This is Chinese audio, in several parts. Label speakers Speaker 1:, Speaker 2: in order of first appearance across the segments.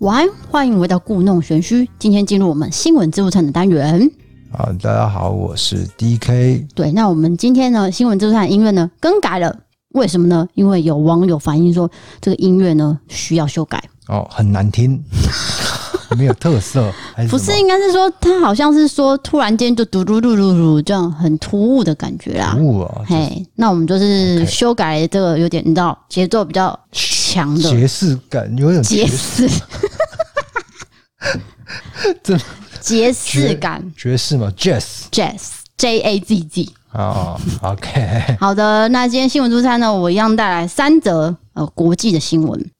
Speaker 1: 晚安，欢迎回到故弄玄虚。今天进入我们新闻自助餐的单元。
Speaker 2: 好，啊大家好，我是 DK。
Speaker 1: 对，那我们今天呢，新闻自助餐的音乐呢更改了，为什么呢？因为有网友反映说，这个音乐呢需要修改，
Speaker 2: 哦，很难听， 没有特 色，还是
Speaker 1: 不
Speaker 2: 什
Speaker 1: 是，
Speaker 2: 么
Speaker 1: 应该是说他好像是说突然间就嘟嘟嘟嘟嘟这样很突兀的感觉啦。
Speaker 2: 服务啊？
Speaker 1: 嘿，那我们就是
Speaker 2: OK
Speaker 1: 修改这个有点，你知道节奏比较强的
Speaker 2: 爵士感有点
Speaker 1: 节
Speaker 2: 爵
Speaker 1: 制，
Speaker 2: 真
Speaker 1: 节制感
Speaker 2: 爵士嘛，Jazz
Speaker 1: ，jazz J A Z Z。
Speaker 2: 啊、哦、，OK，
Speaker 1: 好的，那今天新闻出差呢，我一样带来三则呃国际的新闻。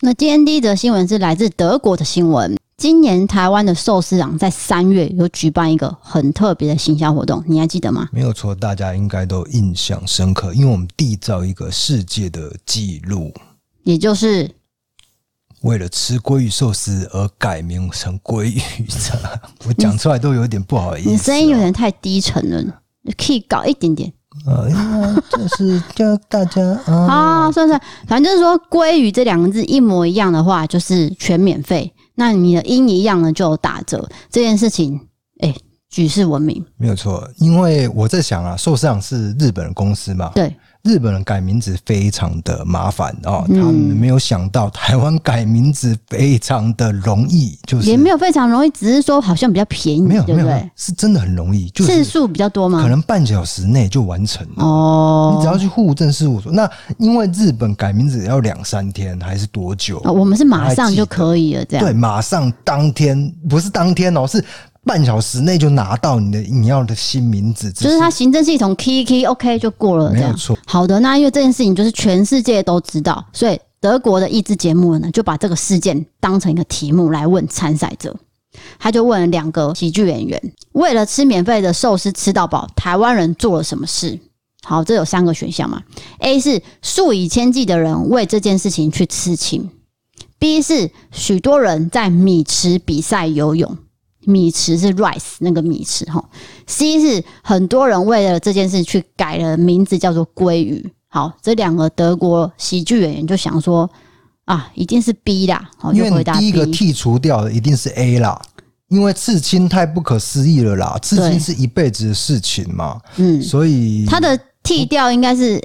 Speaker 1: 那今天第一则新闻是来自德国的新闻。今年台湾的寿司郎在三月有举办一个很特别的行销活动，你还记得吗？
Speaker 2: 没有错，大家应该都印象深刻，因为我们缔造一个世界的纪录，
Speaker 1: 也就是
Speaker 2: 为了吃鲑鱼寿司而改名成鲑鱼茶， 我讲出来都有点不好意思、哦。
Speaker 1: 你声音有点太低沉了，可以搞一点点。
Speaker 2: 呃，因为就是叫大家啊，
Speaker 1: 啊，算算，反正就是说鲑鱼这两个字一模一样的话，就是全免费。那你的音一样呢，就有打折。这件事情，哎、举世闻名。
Speaker 2: 没有错，因为我在想啊，寿司郎是日本的公司嘛，
Speaker 1: 对，
Speaker 2: 日本人改名字非常的麻烦哦，
Speaker 1: 嗯
Speaker 2: 他们没有想到台湾改名字非常的容易，就是
Speaker 1: 也没有非常容易，只是说好像比较便宜，
Speaker 2: 没有
Speaker 1: 对
Speaker 2: 没
Speaker 1: 不
Speaker 2: 有
Speaker 1: 对？
Speaker 2: 是真的很容易，就
Speaker 1: 次
Speaker 2: 是
Speaker 1: 数比较多
Speaker 2: 可
Speaker 1: 吗？
Speaker 2: 能半小时内就完成了。你只
Speaker 1: 哦，
Speaker 2: 要去户政事务所，那因为日本改名字要两三天还是多久？
Speaker 1: 哦啊我们是马上就可以了，这样
Speaker 2: 对，马上当天不是当天哦，是半小时内就拿到你的你要的新名字，只
Speaker 1: 就是它行政系统 key key OK 就过了，这
Speaker 2: 没有
Speaker 1: 样。
Speaker 2: 错。
Speaker 1: 好的，那因为这件事情就是全世界都知道，所以德国的益智节目呢，就把这个事件当成一个题目来问参赛者。他就问了两个喜剧演员，为了吃免费的寿司吃到饱，台湾人做了什么事？好，这有三个选项嘛。A 是数以千计的人为这件事情去痴情；B 是许多人在米池比赛游泳，米池是 rice 那个米池哈。C 是很多人为了这件事去改了名字，叫做鲑鱼。好，这两个德国喜剧演员就想说啊，一定是 B 啦，好哦
Speaker 2: 因
Speaker 1: 就
Speaker 2: 为
Speaker 1: 回
Speaker 2: 你
Speaker 1: 答
Speaker 2: 第
Speaker 1: B
Speaker 2: 一。个剔除掉的一定是 A 啦，因为刺青太不可思议了啦，刺
Speaker 1: 对
Speaker 2: 青是一辈子的事情嘛，
Speaker 1: 嗯，
Speaker 2: 所以
Speaker 1: 它的剃掉应该是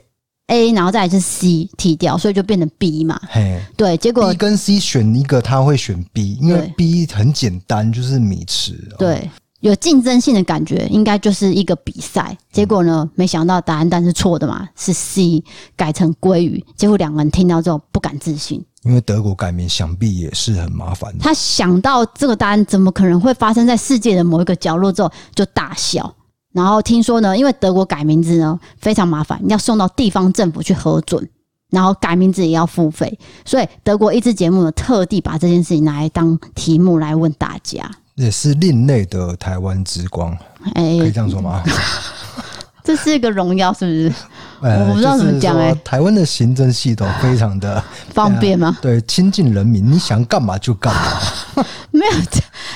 Speaker 1: A，然后再来是 C 剃掉，所以就变成 B 嘛。
Speaker 2: 嘿
Speaker 1: 对，结果
Speaker 2: ，B 跟 C 选一个，他会选 B，因为
Speaker 1: 对
Speaker 2: B 很简单，就是米啊吃。，
Speaker 1: 对有竞争性的感觉，应该就是一个比赛。结果呢，没想到答案但是错的嘛，是 C 改成鲑鱼。结果两个人听到之后不敢置信，
Speaker 2: 因为德国改名想必也是很麻烦的。
Speaker 1: 他想到这个答案怎么可能会发生在世界的某一个角落之后，就大笑。然后听说呢，因为德国改名字呢非常麻烦，要送到地方政府去核准，然后改名字也要付费，所以德国益智节目呢特地把这件事情拿来当题目来问大 家。
Speaker 2: 也是另类的台湾之光，
Speaker 1: 哎、
Speaker 2: 可以这样 说吗？
Speaker 1: 这是一个荣耀，是不是？
Speaker 2: 呃
Speaker 1: 我不知道
Speaker 2: 就是
Speaker 1: 怎么讲
Speaker 2: 说
Speaker 1: 欸啊
Speaker 2: 台湾的行政系统非常的
Speaker 1: 方便吗？
Speaker 2: 对亲近人民，你想干嘛就干嘛。
Speaker 1: 没有，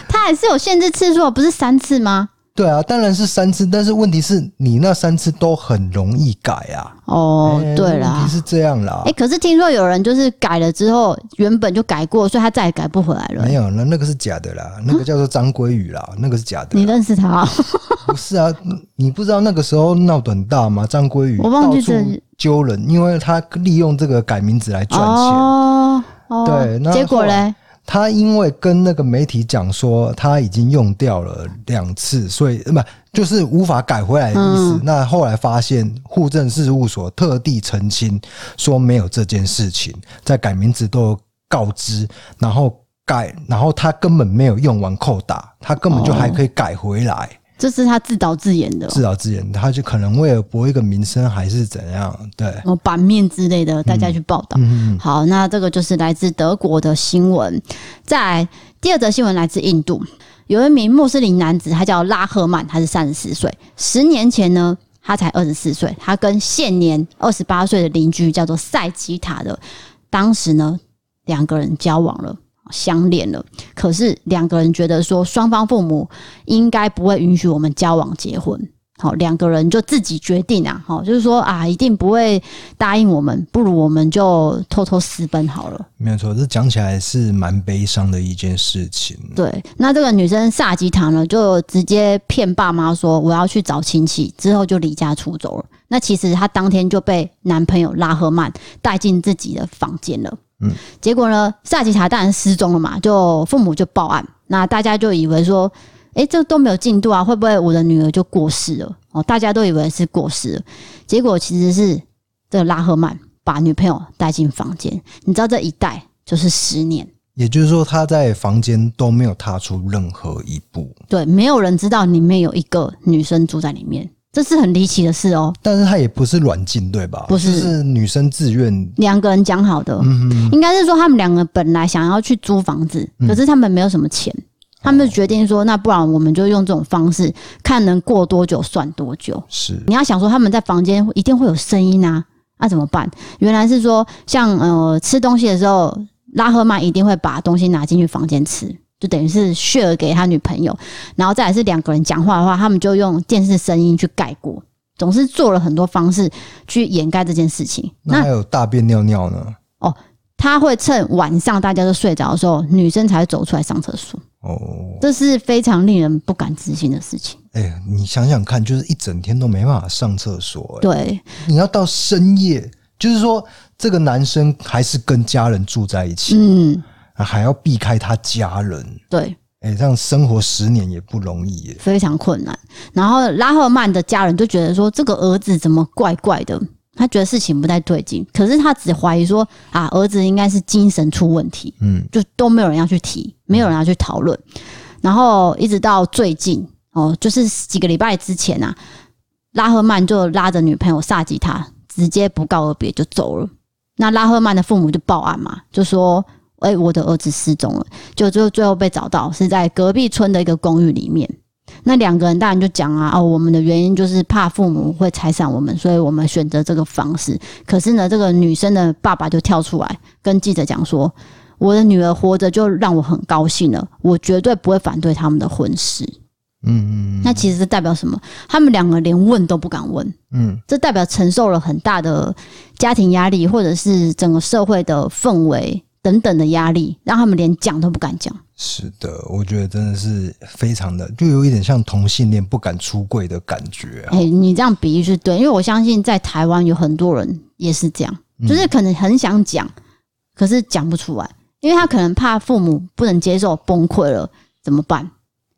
Speaker 1: 他还是有限制次数，不是三次吗？
Speaker 2: 对啊，当然是三次，但是问题是你那三次都很容易改啊。
Speaker 1: 哦，
Speaker 2: 欸
Speaker 1: 对
Speaker 2: 问
Speaker 1: 啦
Speaker 2: 题，是这样啦
Speaker 1: 哎、。可是听说有人就是改了之后，原本就改过，所以他再也改不回来了
Speaker 2: 没。有，那那个是假的啦，那个叫做张鲑宇啦，那个是假的
Speaker 1: 你
Speaker 2: 啦。
Speaker 1: 认识他啊、
Speaker 2: 不是啊，你不知道那个时候闹得很大吗？张鲑宇
Speaker 1: 我忘
Speaker 2: 到
Speaker 1: 记
Speaker 2: 处
Speaker 1: 这
Speaker 2: 揪人，因为他利用这个改名字 来赚钱。
Speaker 1: 哦哦，
Speaker 2: 对那
Speaker 1: 结果嘞，
Speaker 2: 他因为跟那个媒体讲说他已经用掉了两次，所以呃不就是无法改回来的意思。
Speaker 1: 嗯
Speaker 2: 那后来发现户政事务所特地澄清说没有这件事情，在改名字都有告知，然后改，然后他根本没有用完扣打，他根本就还可以改回来。
Speaker 1: 这是他自导自演的哦
Speaker 2: 自导自演，他就可能为了博一个名声还是怎样？对，
Speaker 1: 哦，版面之类的，大家去报道。
Speaker 2: 嗯，
Speaker 1: 好，那这个就是来自德国的新闻。再来，第二则新闻来自印度，有一名穆斯林男子，他叫拉赫曼，他是三十四岁。十年前呢，他才二十四岁，他跟现年二十八岁的邻居叫做塞吉塔的，当时呢，两个人交往了。相恋了，可是两个人觉得说双方父母应该不会允许我们交往结婚，好，两个人就自己决定啊，好，就是说啊，一定不会答应我们，不如我们就偷偷私奔好了。
Speaker 2: 没有错，这讲起来是蛮悲伤的一件事情。
Speaker 1: 对，那这个女生萨吉塔呢，就直接骗爸妈说我要去找亲戚，之后就离家出走了。那其实她当天就被男朋友拉赫曼带进自己的房间了。
Speaker 2: 嗯，
Speaker 1: 结果呢，萨吉塔当然失踪了嘛，就父母就报案，那大家就以为说，诶，这都没有进度啊，会不会我的女儿就过世了？哦，大家都以为是过世了，结果其实是这个拉赫曼把女朋友带进房间，你知道这一带就是十年。
Speaker 2: 也就是说，他在房间都没有踏出任何一步，
Speaker 1: 对，没有人知道里面有一个女生住在里面，这是很离奇的事哦。
Speaker 2: 但是他也不是软禁，对吧？
Speaker 1: 不是
Speaker 2: 就是女生自愿。
Speaker 1: 两个人讲好的，应该是说他们两个本来想要去租房子，可是他们没有什么钱，他们就决定说，那不然我们就用这种方式，看能过多久算多久。
Speaker 2: 是
Speaker 1: 你要想说他们在房间一定会有声音啊，那、怎么办？原来是说像呃吃东西的时候，拉赫曼一定会把东西拿进去房间吃，就等于是 share 给他女朋友，然后再来是两个人讲话的话，他们就用电视声音去盖过，总是做了很多方式去掩盖这件事情。
Speaker 2: 那
Speaker 1: 那
Speaker 2: 还有大便尿尿呢？
Speaker 1: 他会趁晚上大家都睡着的时候，女生才会走出来上厕所，
Speaker 2: 哦，
Speaker 1: 这是非常令人不敢置信的事情。
Speaker 2: 哎、呀，你想想看，就是一整天都没办法上厕所、哎
Speaker 1: 对，
Speaker 2: 你要到深夜，就是说这个男生还是跟家人住在一起，
Speaker 1: 嗯，
Speaker 2: 还要避开他家人，
Speaker 1: 对。
Speaker 2: 哎、这样生活十年也不容易哎耶。
Speaker 1: 非常困难。然后拉赫曼的家人就觉得说，这个儿子怎么怪怪的？他觉得事情不太对劲，可是他只怀疑说啊，儿子应该是精神出问题，
Speaker 2: 嗯，
Speaker 1: 就都没有人要去提，没有人要去讨论。然后一直到最近哦，就是几个礼拜之前啊，拉赫曼就拉着女朋友萨吉塔，直接不告而别就走了。那拉赫曼的父母就报案嘛，就说：“哎、我的儿子失踪了。”就就最后被找到是在隔壁村的一个公寓里面。那两个人当然就讲啊，哦，我们的原因就是怕父母会拆散我们，所以我们选择这个方式。可是呢，这个女生的爸爸就跳出来跟记者讲说：“我的女儿活着就让我很高兴了，我绝对不会反对他们的婚事。”
Speaker 2: 嗯嗯
Speaker 1: 那其实这代表什么？他们两个连问都不敢问，
Speaker 2: 嗯，
Speaker 1: 这代表承受了很大的家庭压力，或者是整个社会的氛围等等的压力，让他们连讲都不敢讲。
Speaker 2: 是的，我觉得真的是非常的，就有一点像同性恋不敢出柜的感觉啊。
Speaker 1: 哎、你这样比喻是对，因为我相信在台湾有很多人也是这样，就是可能很想讲，可是讲不出来，因为他可能怕父母不能接受，崩溃了怎么办？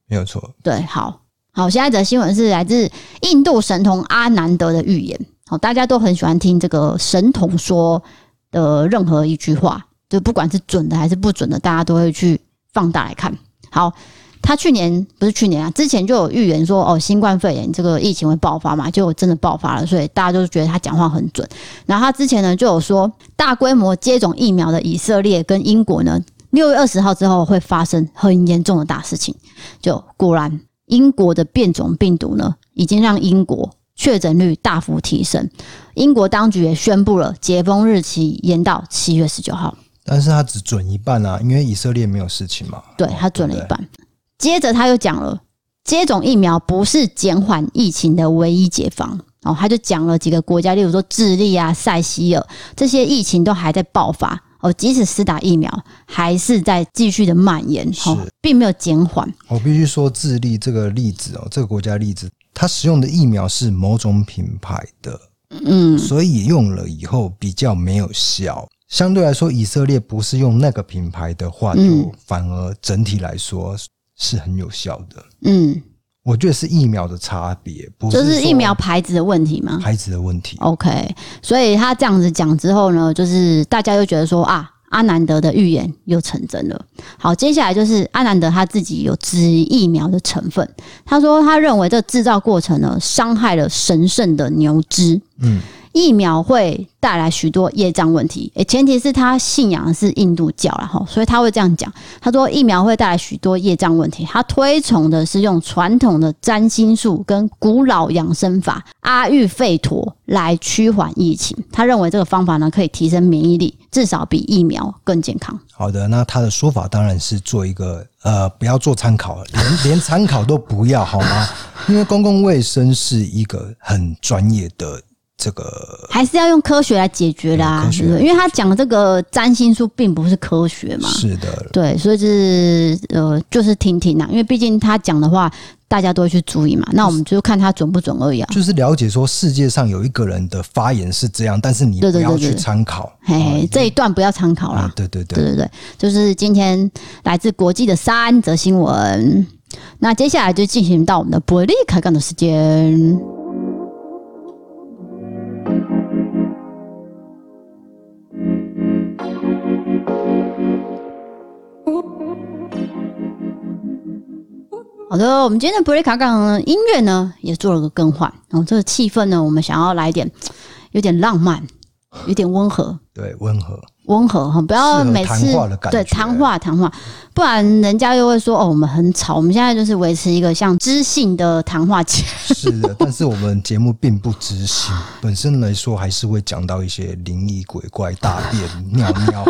Speaker 2: 没有错，
Speaker 1: 对，好好，下一则新闻是来自印度神童阿南德的预言。好，大家都很喜欢听这个神童说的任何一句话，就不管是准的还是不准的，大家都会去放大来看。好，他去年不是去年啊，之前就有预言说哦，新冠肺炎这个疫情会爆发嘛，结果真的爆发了，所以大家就觉得他讲话很准。然后他之前呢就有说，大规模接种疫苗的以色列跟英国呢，六月二十号之后会发生很严重的大事情。就果然，英国的变种病毒呢，已经让英国确诊率大幅提升。英国当局也宣布了解封日期延到七月十九号，
Speaker 2: 但是他只准一半啊，因为以色列没有事情嘛。
Speaker 1: 对
Speaker 2: 哦
Speaker 1: 他准了
Speaker 2: 对
Speaker 1: 一
Speaker 2: 不对
Speaker 1: 半。接着他又讲了，接种疫苗不是减缓疫情的唯一解放。哦，他就讲了几个国家，例如说智利啊、塞西尔这些疫情都还在爆发。哦，即使施打疫苗，还是在继续的蔓延，哦
Speaker 2: 是，
Speaker 1: 并没有减缓。
Speaker 2: 我必须说，智利这个例子哦，这个国家例子，它使用的疫苗是某种品牌的，
Speaker 1: 嗯，
Speaker 2: 所以用了以后比较没有效。相对来说，以色列不是用那个品牌的话，
Speaker 1: 嗯
Speaker 2: 就反而整体来说是很有效的。
Speaker 1: 嗯，
Speaker 2: 我觉得是疫苗的差别，不
Speaker 1: 就是是
Speaker 2: 说
Speaker 1: 疫苗牌子的问题吗？
Speaker 2: 牌子的问题。
Speaker 1: OK，所以他这样子讲之后呢，就是大家就觉得说啊，阿南德的预言又成真了。好，接下来就是阿南德他自己有质疑疫苗的成分，他说他认为这制造过程呢伤害了神圣的牛只。
Speaker 2: 嗯，
Speaker 1: 疫苗会带来许多业障问题，诶、前提是他信仰的是印度教啦，吼，所以他会这样讲。他说疫苗会带来许多业障问题，他推崇的是用传统的占星术跟古老养生法阿育吠陀来趋缓疫情。他认为这个方法呢可以提升免疫力，至少比疫苗更健康。
Speaker 2: 好的，那他的说法当然是做一个呃，不要做参考，连 连参考都不要，好吗？因为公共卫生是一个很专业的这个，
Speaker 1: 还是要用科学来解决啦、
Speaker 2: 呃嗯科学
Speaker 1: 对不对因为他讲的这个占星术并不是科学嘛，
Speaker 2: 是的，
Speaker 1: 对，所以就是呃，就是听听啦，因为毕竟他讲的话，大家都会去注意嘛。那我们就看他准不准而已啊。
Speaker 2: 就是了解说世界上有一个人的发言是这样，但是你
Speaker 1: 对
Speaker 2: 不
Speaker 1: 对
Speaker 2: 要
Speaker 1: 对
Speaker 2: 去
Speaker 1: 对
Speaker 2: 参考。
Speaker 1: 嘿
Speaker 2: 啊
Speaker 1: 嘿，这一段不要参考啦
Speaker 2: 啊，。对对
Speaker 1: 对对
Speaker 2: 对，
Speaker 1: 对，就是今天来自国际的三则新闻。那接下来就进行到我们的伯利开杠的时间。好的，我们今天的伯利卡杠呢音乐呢也做了个更换，然、后这个气氛呢，我们想要来一点有点浪漫，有点温和，
Speaker 2: 对温和，
Speaker 1: 温和哈，不要
Speaker 2: 适合
Speaker 1: 每次
Speaker 2: 谈话的感觉
Speaker 1: 对谈话谈话，不然人家又会说哦，我们很吵。我们现在就是维持一个像知性的谈话节，
Speaker 2: 是的。但是我们节目并不 知性，本身来说还是会讲到一些灵异鬼怪、大便、尿 尿，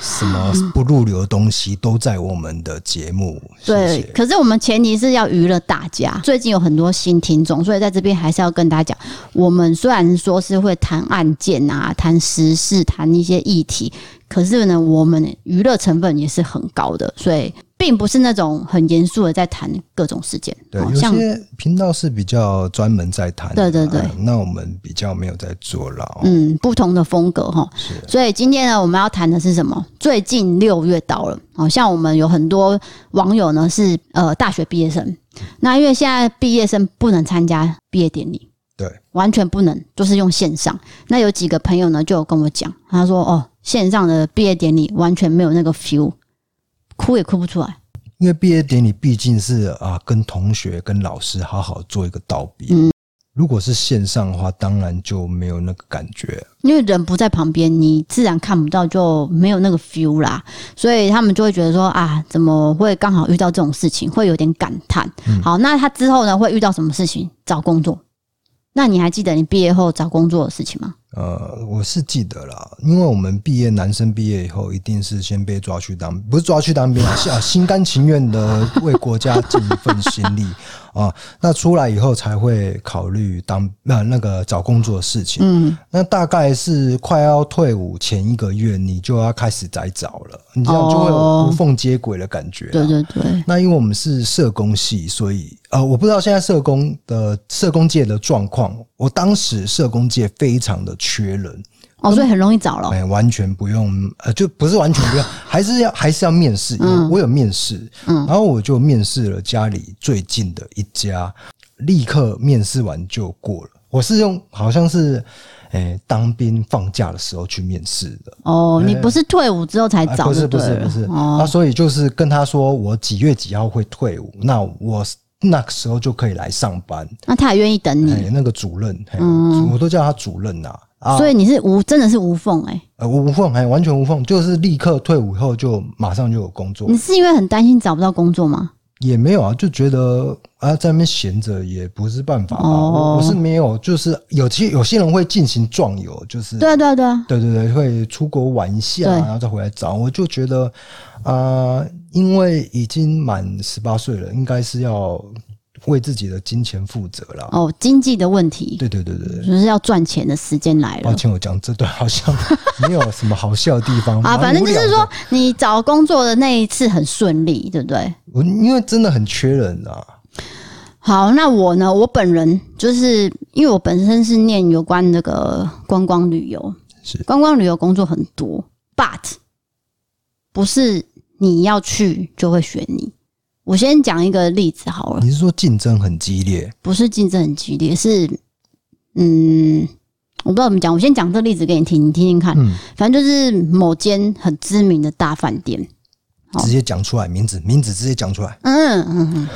Speaker 2: 什么不入流的东西都在我们的节目。谢
Speaker 1: 对。
Speaker 2: 谢。
Speaker 1: 可是我们前提是要娱乐大家。最近有很多新听众，所以在这边还是要跟大家讲，我们虽然说是会谈案件啊、谈时事、谈一些议题，可是呢，我们娱乐成分也是很高的，所以并不是那种很严肃的在谈各种事件。
Speaker 2: 对，
Speaker 1: 哦
Speaker 2: 有
Speaker 1: 像
Speaker 2: 些频道是比较专门在谈的，
Speaker 1: 对对对
Speaker 2: 嗯那我们比较没有在做了。
Speaker 1: 嗯不同的风格哈。
Speaker 2: 是
Speaker 1: 所以今天呢，我们要谈的是什么？最近六月到了，好像我们有很多网友呢是呃大学毕业生，那因为现在毕业生不能参加毕业典礼，
Speaker 2: 对，
Speaker 1: 完全不能，就是用线上。那有几个朋友呢就有跟我讲，他说哦，线上的毕业典礼完全没有那个 feel，哭也哭不出来。
Speaker 2: 因为毕业典礼毕竟是啊，跟同学、跟老师好好做一个道别。
Speaker 1: 嗯
Speaker 2: 如果是线上的话，当然就没有那个感觉。
Speaker 1: 因为人不在旁边，你自然看不到，就没有那个 feel 啦，所以他们就会觉得说啊，怎么会刚好遇到这种事情，会有点感叹。
Speaker 2: 嗯
Speaker 1: 好，那他之后呢，会遇到什么事情？找工作。那你还记得你毕业后找工作的事情吗？
Speaker 2: 呃，我是记得啦，因为我们毕业，男生毕业以后一定是先被抓去当，不是抓去当兵啊， 是啊，心甘情愿的为国家尽一份心力 啊。那出来以后才会考虑当那、那个找工作的事情。
Speaker 1: 嗯，
Speaker 2: 那大概是快要退伍前一个月，你就要开始在找了，你这样就会有无缝接轨的感觉、
Speaker 1: 哦
Speaker 2: 啊。
Speaker 1: 对对对，
Speaker 2: 那因为我们是社工系，所以呃，我不知道现在社工的社工界的状况。我当时社工界非常的缺人，
Speaker 1: 哦，所以很容易找了
Speaker 2: 哎、。完全不用呃，就不是完全 不用，还是要还是要面试。
Speaker 1: 嗯
Speaker 2: 我有面试，
Speaker 1: 嗯
Speaker 2: 然后我就面试了家里最近的一家，立刻面试完就过了。我是用好像是哎、当兵放假的时候去面试的，
Speaker 1: 哦，你不是退伍之后才
Speaker 2: 啊
Speaker 1: 找
Speaker 2: 不
Speaker 1: 哎就是对
Speaker 2: 不
Speaker 1: 了、
Speaker 2: 是不是，啊
Speaker 1: 哦，
Speaker 2: 那、所以就是跟他说我几月几号会退伍，那我那个时候就可以来上班。
Speaker 1: 那他也愿意等
Speaker 2: 哎、
Speaker 1: 你，
Speaker 2: 那个主任，嘿
Speaker 1: 嗯
Speaker 2: 我都叫他主任呐、啊。
Speaker 1: 所以你是无真的是无缝哎、
Speaker 2: 呃，无缝，哎，完全无缝，就是立刻退伍后就马上就有工作
Speaker 1: 你，是因为很担心找不到工作吗？
Speaker 2: 也没有啊，就觉得啊，在那边闲着也不是办法吧。
Speaker 1: 哦
Speaker 2: 我我是没有，就是有些有些人会进行壮游，就是
Speaker 1: 对啊对啊对啊，
Speaker 2: 对对对，会出国玩一下，
Speaker 1: 对
Speaker 2: 然后再回来找。我就觉得，啊、因为已经满十八岁了，应该是要为自己的金钱负责啦。
Speaker 1: 哦，经济的问题，
Speaker 2: 对对哦对对对，
Speaker 1: 就是要赚钱的时间来
Speaker 2: 抱
Speaker 1: 了。
Speaker 2: 歉，我讲这段 好像没有什么好笑的地方
Speaker 1: 啊，
Speaker 2: 蛮
Speaker 1: 反正就
Speaker 2: 无
Speaker 1: 是
Speaker 2: 聊
Speaker 1: 说
Speaker 2: 的，
Speaker 1: 你找工作的那一次很顺利，对不对？
Speaker 2: 我因为真的很缺人啊。
Speaker 1: 好，那我呢？我本人就是因为我本身是念有关那个观光旅游，
Speaker 2: 是
Speaker 1: 观光旅游工作很多，but 不是你要去就会选你。我先讲一个例子好了，
Speaker 2: 你是说竞争很激烈？
Speaker 1: 不是竞争很激烈，是嗯，我不知道怎么讲，我先讲这个例子给你听，你听听看。
Speaker 2: 嗯，
Speaker 1: 反正就是某间很知名的大饭店，好
Speaker 2: 直接讲出来名字，名字直接讲出来，
Speaker 1: 嗯嗯嗯，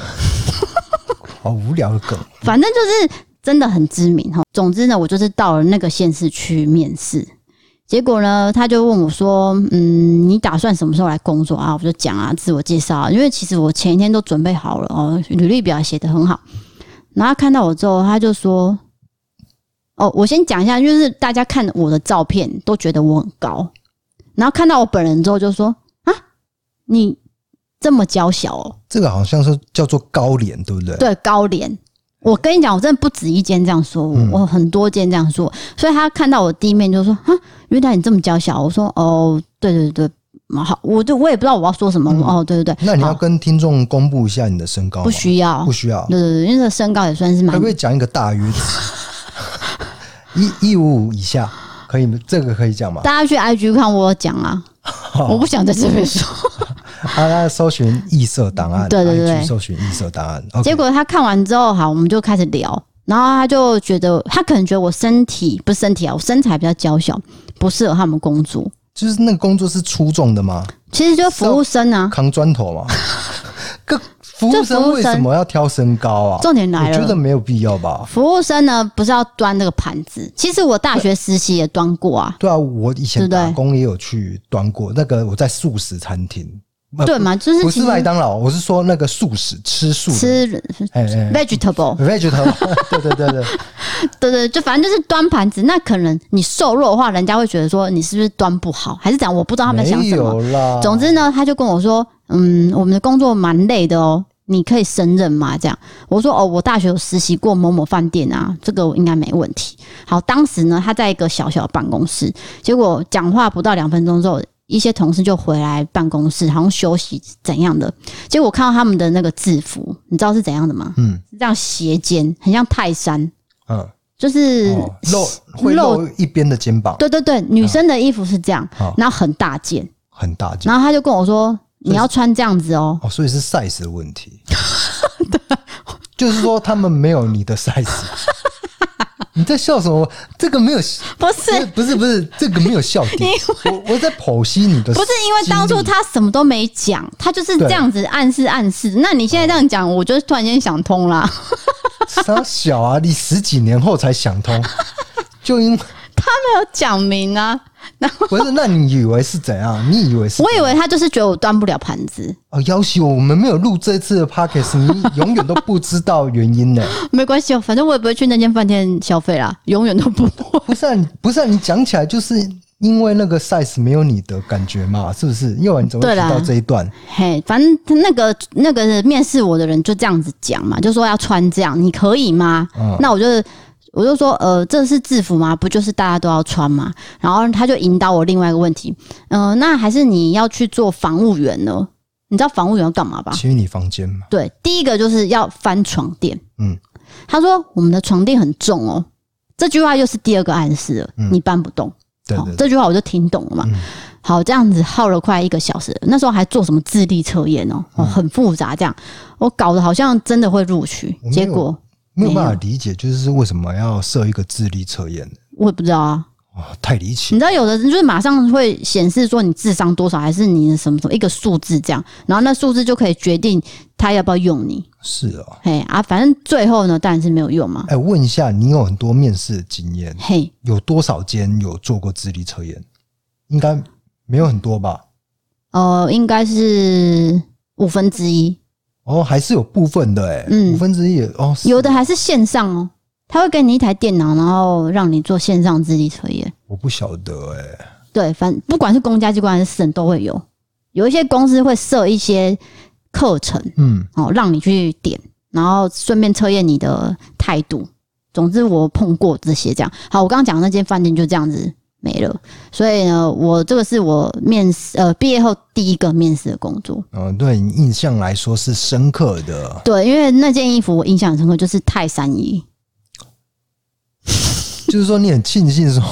Speaker 2: 好无聊的梗。
Speaker 1: 反正就是真的很知名哈。总之呢，我就是到了那个县市去面试，结果呢，他就问我说：“嗯，你打算什么时候来工作啊？”我就讲啊，自我介绍、啊，因为其实我前一天都准备好了哦，履历表写得很好。然后他看到我之后，他就说：“哦，我先讲一下，就是大家看我的照片都觉得我很高，然后看到我本人之后就说：‘啊，你这么娇小哦。’”
Speaker 2: 这个好像是叫做高脸，对不对？
Speaker 1: 对高廉，我跟你讲，我真的不止一间这样说我，
Speaker 2: 嗯
Speaker 1: 我很多间这样说，所以他看到我第一面就说：“啊，原来你这么娇小。”我说：“哦，对对对，嗯好，我就我也不知道我要说什
Speaker 2: 嗯
Speaker 1: 么。哦，对对对，
Speaker 2: 那你要
Speaker 1: 好
Speaker 2: 跟听众公布一下你的身高吗？
Speaker 1: 不需要
Speaker 2: 不，需要。
Speaker 1: 对对对，因为这个身高也算是
Speaker 2: 可
Speaker 1: 蛮
Speaker 2: 不可以讲一个大 约值？一一五五以下可以吗？这个可以讲吗？
Speaker 1: 大家去 IG 看我有讲啊，
Speaker 2: 哦
Speaker 1: 我不想在这边 说。
Speaker 2: 啊，那搜寻异色档案，
Speaker 1: 对对对
Speaker 2: IG 搜寻异色档案。OK
Speaker 1: 结果他看完之后，好，我们就开始聊。然后他就觉得，他可能觉得我身体不是身体啊，我身材比较娇小，不适合他们工作。
Speaker 2: 就是那个工作是出众的吗？
Speaker 1: 其实就服务生啊，
Speaker 2: 扛砖头吗？ 个服务
Speaker 1: 就服务
Speaker 2: 生
Speaker 1: 生
Speaker 2: 为什么要挑身高啊？
Speaker 1: 重点来
Speaker 2: 我
Speaker 1: 了，
Speaker 2: 觉得没有必要吧。
Speaker 1: 服务生呢，不是要端那个盘子。其实我大学实习也端过啊，
Speaker 2: 对啊，我以
Speaker 1: 对
Speaker 2: 前
Speaker 1: 不对
Speaker 2: 打工也有去端过，那个我在素食餐厅，呃
Speaker 1: 对嘛？就是
Speaker 2: 不
Speaker 1: 其
Speaker 2: 是
Speaker 1: 实
Speaker 2: 麦当劳，我是说那个素食吃素的，
Speaker 1: 嗯吃
Speaker 2: 哎哎
Speaker 1: vegetable，
Speaker 2: vegetable，对 对 对对，
Speaker 1: 对对，就反正就是端盘子。那可能你瘦弱的话，人家会觉得说你是不是端不好，还是怎样？我不知道他们在啊想
Speaker 2: 没
Speaker 1: 什么。
Speaker 2: 有啦。
Speaker 1: 总之呢，他就跟我说：“嗯，我们的工作蛮累的哦，你可以胜任吗？”这样我说：“哦，我大学有实习过某某饭店啊，这个我应该没问题。”好，当时呢，他在一个小小的办公室，结果讲话不到两分钟之后，一些同事就回来办公室，好像休息怎样的。结果我看到他们的那个制服，你知道是怎样的吗？
Speaker 2: 嗯
Speaker 1: 是这样斜肩，很像泰山，
Speaker 2: 嗯，
Speaker 1: 就是、
Speaker 2: 哦露会露一边的肩膀，
Speaker 1: 对对对，女生的衣服是这样，
Speaker 2: 好
Speaker 1: 然后很大件。
Speaker 2: 很大肩
Speaker 1: 然后他就跟我说：“你要穿这样子哦。”
Speaker 2: 哦，所以是 size 的问 题。就是说他们没有你 的 size。你在笑什么？这个没有，
Speaker 1: 不是，
Speaker 2: 不是不是，这个没有笑 点。我我在剖析你的，
Speaker 1: 不是因为当初他什么都没讲，他就是这样子暗示暗示。那你现在这样讲，我就突然间想通啦，
Speaker 2: 哦他小啊，你十几年后才想 通，就因
Speaker 1: 没有讲明啊。
Speaker 2: 不是？那你以为是怎样？你以为是
Speaker 1: 我以为他就是觉得我端不了盘子，
Speaker 2: 哦？要挟我，我们没有录这次的 podcast，你永远都不知道原因呢、
Speaker 1: 没关系哦，反正我也不会去那间饭店消费啦，永远都不会。
Speaker 2: 不是、啊，你不是、啊、你讲起来就是因为那个 size 没有你的感觉嘛，是不是？要不然你怎么
Speaker 1: 对
Speaker 2: 会提
Speaker 1: 啦
Speaker 2: 到这一段？
Speaker 1: 嘿，反正他那个那个面试我的人就这样子讲嘛，就说要穿这样，你可以吗？
Speaker 2: 嗯
Speaker 1: 那我就我就说，呃，这是制服吗？不就是大家都要穿吗？然后他就引导我另外一个问题，嗯、那还是你要去做防务员呢？你知道防务员要干 嘛吧？
Speaker 2: 去你房间嘛，
Speaker 1: 对，第一个就是要翻床垫。
Speaker 2: 嗯，
Speaker 1: 他说我们的床垫很重哦，这句话又是第二个暗示了，
Speaker 2: 嗯
Speaker 1: 你搬不动。
Speaker 2: 对
Speaker 1: 好
Speaker 2: 对对，
Speaker 1: 这句话我就听懂了嘛。
Speaker 2: 嗯
Speaker 1: 好，这样子耗了快一个小时，那时候还做什么智力测验哦，哦
Speaker 2: 嗯
Speaker 1: 很复杂，这样我搞得好像真的会录取
Speaker 2: 我，没有
Speaker 1: 结果
Speaker 2: 没有办法
Speaker 1: 没有
Speaker 2: 理解，就是为什么要设一个智力测验
Speaker 1: 我也不知道啊。
Speaker 2: 哦，太离奇
Speaker 1: 你知道有的人就是马上会显示说你智商多少，还是你的什么什么一个数字这样，然后那数字就可以决定他要不要用你。
Speaker 2: 是哦。
Speaker 1: 嘿啊，反正最后呢当然是没有用嘛。
Speaker 2: 哎、问一下，你有很多面试的经验，
Speaker 1: 嘿，
Speaker 2: 有多少间有做过智力测验？应该没有很多吧？
Speaker 1: 呃，应该是五分之一，
Speaker 2: 哦，还是有部分的哎、
Speaker 1: 嗯
Speaker 2: 五分之一也哦，是
Speaker 1: 有的还是线上哦，他会给你一台电脑，然后让你做线上智力测验。
Speaker 2: 我不晓得哎、
Speaker 1: 对，反不管是公家机关还是私人都会有，有一些公司会设一些课程
Speaker 2: 嗯，
Speaker 1: 哦，让你去点，然后顺便测验你的态度。总之，我碰过这些这样。好，我刚刚讲的那间饭店就这样子没了。所以呢，我这个是我面试呃毕业后第一个面试的工作。
Speaker 2: 哦，对你印象来说是深刻的。
Speaker 1: 对，因为那件衣服我印象很深刻，就是泰山衣。
Speaker 2: 就是说你很庆幸说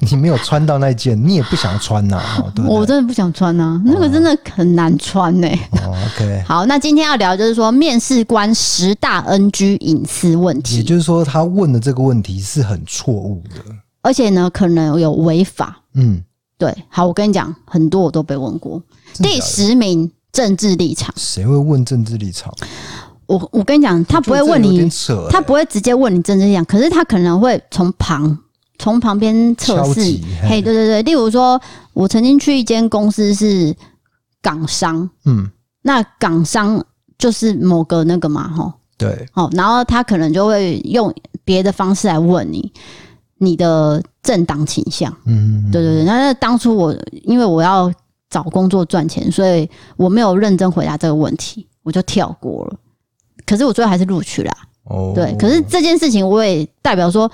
Speaker 2: 你没有穿到那件，你也不想穿呐、哦，对不
Speaker 1: 我
Speaker 2: 对？
Speaker 1: 真的不想穿啊，那个真的很难穿呢、
Speaker 2: 哦，OK。
Speaker 1: 好，那今天要聊就是说面试官十大 NG 隐私问
Speaker 2: 也
Speaker 1: 题，
Speaker 2: 就是说，他问的这个问题是很错误的。
Speaker 1: 而且呢可能有违法。
Speaker 2: 嗯，
Speaker 1: 对，好，我跟你讲，很多我都被问过。
Speaker 2: 真的
Speaker 1: 第
Speaker 2: 假的
Speaker 1: 十名政治立场，
Speaker 2: 谁会问政治立场？
Speaker 1: 我我跟你讲，他不会问
Speaker 2: 我觉得这有
Speaker 1: 你
Speaker 2: 点，扯欸、
Speaker 1: 他不会直接问你政治立场，可是他可能会从旁从旁边测
Speaker 2: 敲
Speaker 1: 试
Speaker 2: 击。
Speaker 1: 嘿，对对对，例如说，我曾经去一间公司是港商，
Speaker 2: 嗯，
Speaker 1: 那港商就是某个那个嘛，吼，
Speaker 2: 对，
Speaker 1: 哦，然后他可能就会用别的方式来问你你的政党倾向。
Speaker 2: 嗯，
Speaker 1: 对对对，那那当初我因为我要找工作赚钱，所以我没有认真回答这个问题，我就跳过了。可是我最后还是录取啦，
Speaker 2: 哦，
Speaker 1: 对。可是这件事情我也代表说，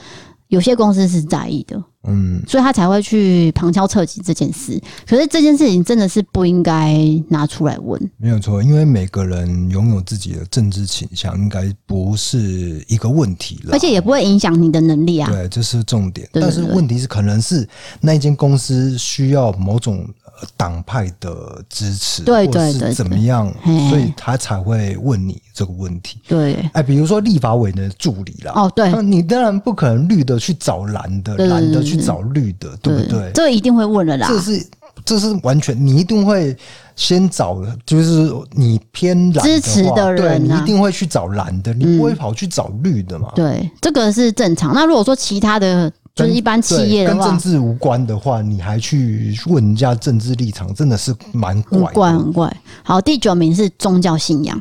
Speaker 1: 有些公司是在意的，
Speaker 2: 嗯，
Speaker 1: 所以他才会去旁敲侧击这件事。可是这件事情真的是不应该拿出来问，
Speaker 2: 没有错，因为每个人拥有自己的政治倾向，应该不是一个问题了，
Speaker 1: 而且也不会影响你的能力啊。
Speaker 2: 对，这是重点。
Speaker 1: 对对
Speaker 2: 但是
Speaker 1: 对
Speaker 2: 问题是，可能是那一间公司需要某种呃党派的支持，
Speaker 1: 对
Speaker 2: 或者
Speaker 1: 对
Speaker 2: 是
Speaker 1: 对
Speaker 2: 怎
Speaker 1: 对
Speaker 2: 么样
Speaker 1: 嘿，
Speaker 2: 所以他才会问你这个问题。
Speaker 1: 对，
Speaker 2: 哎，比如说立法委的助理啦，
Speaker 1: 哦对
Speaker 2: 啊那你当然不可能绿的去找蓝的，
Speaker 1: 对对
Speaker 2: 蓝的
Speaker 1: 对
Speaker 2: 去
Speaker 1: 对
Speaker 2: 找绿的，对不对？
Speaker 1: 这个一定会问了啦。
Speaker 2: 这是这是完全，你一定会先找，就是你偏蓝
Speaker 1: 支持
Speaker 2: 话
Speaker 1: 的人
Speaker 2: 对你
Speaker 1: 啊嗯
Speaker 2: 一定会去找蓝的，你不会跑去找绿的嘛？
Speaker 1: 对，这个是正常。那如果说其他的，就是一般企
Speaker 2: 对
Speaker 1: 业的
Speaker 2: 跟
Speaker 1: 话，
Speaker 2: 政治无关的话，你还去问人家政治立场，真的是蛮
Speaker 1: 很
Speaker 2: 怪
Speaker 1: 怪
Speaker 2: 的
Speaker 1: 很怪。好，第九名是宗教信仰，